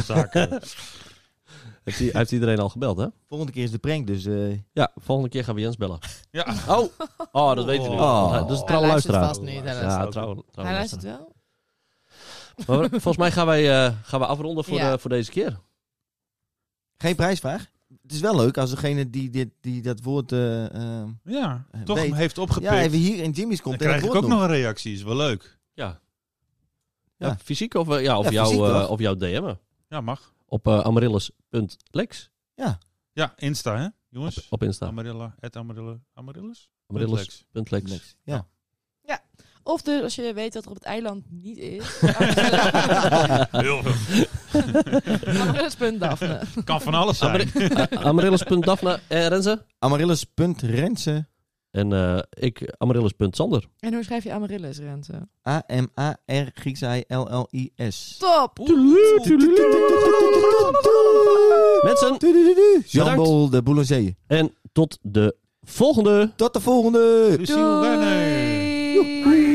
<laughs>
zaken.
Heeft, i- heeft iedereen al gebeld, hè?
Volgende keer is de prank, dus... eh,
Ja, volgende keer gaan we Jens bellen.
Ja.
Oh, <laughs> oh dat weten we niet.
Oh.
Dat is een
Hij
trouwe
luistert
luisteraar.
vast nu, hij
Ja,
luistert.
trouw, trouw
Hij
luisteraar.
luistert wel.
Maar we- volgens mij gaan wij eh, gaan we afronden voor,
Ja.
de- voor deze keer.
geen prijsvraag. Het is wel leuk als degene die, dit, die dat woord... eh, eh,
Ja,
Eh,
toch
weet-
heeft opgepikt.
ja, even hier in Jimmy's
dan
komt en
krijg
dat
ik
woord
ook nog een reactie, is wel leuk.
Ja. Ja,
Ja.
fysiek of, eh, ja, of,
Ja,
jouw,
fysiek
eh,
toch?
of jouw DM'en.
Ja, mag.
Op eh, amaryllis.lex
Ja, Insta, hè,
op,
jongens.
op Insta.
Amarilla, at Amarilla,
<laughs>
Amarillus?
Amaryllis.lex.
Lex. Ja.
Of dus als je weet dat er op het eiland niet
<laughs>
is. <laughs>
Heel veel.
Amaryllis.dafne.
Kan van alles zijn.
Amari- eh, Amaryllis.dafne en Renze.
Amaryllis.rensen.
En eh ik, Amaryllis.sander.
En hoe schrijf je Amaryllis, Rente?
A-M-A-R Grieks I-L-L-I-S.
Top!
Mensen,
Jambol de Boulanger.
en tot de volgende.
Tot de volgende!
Dus Lucille Werner.
Doei!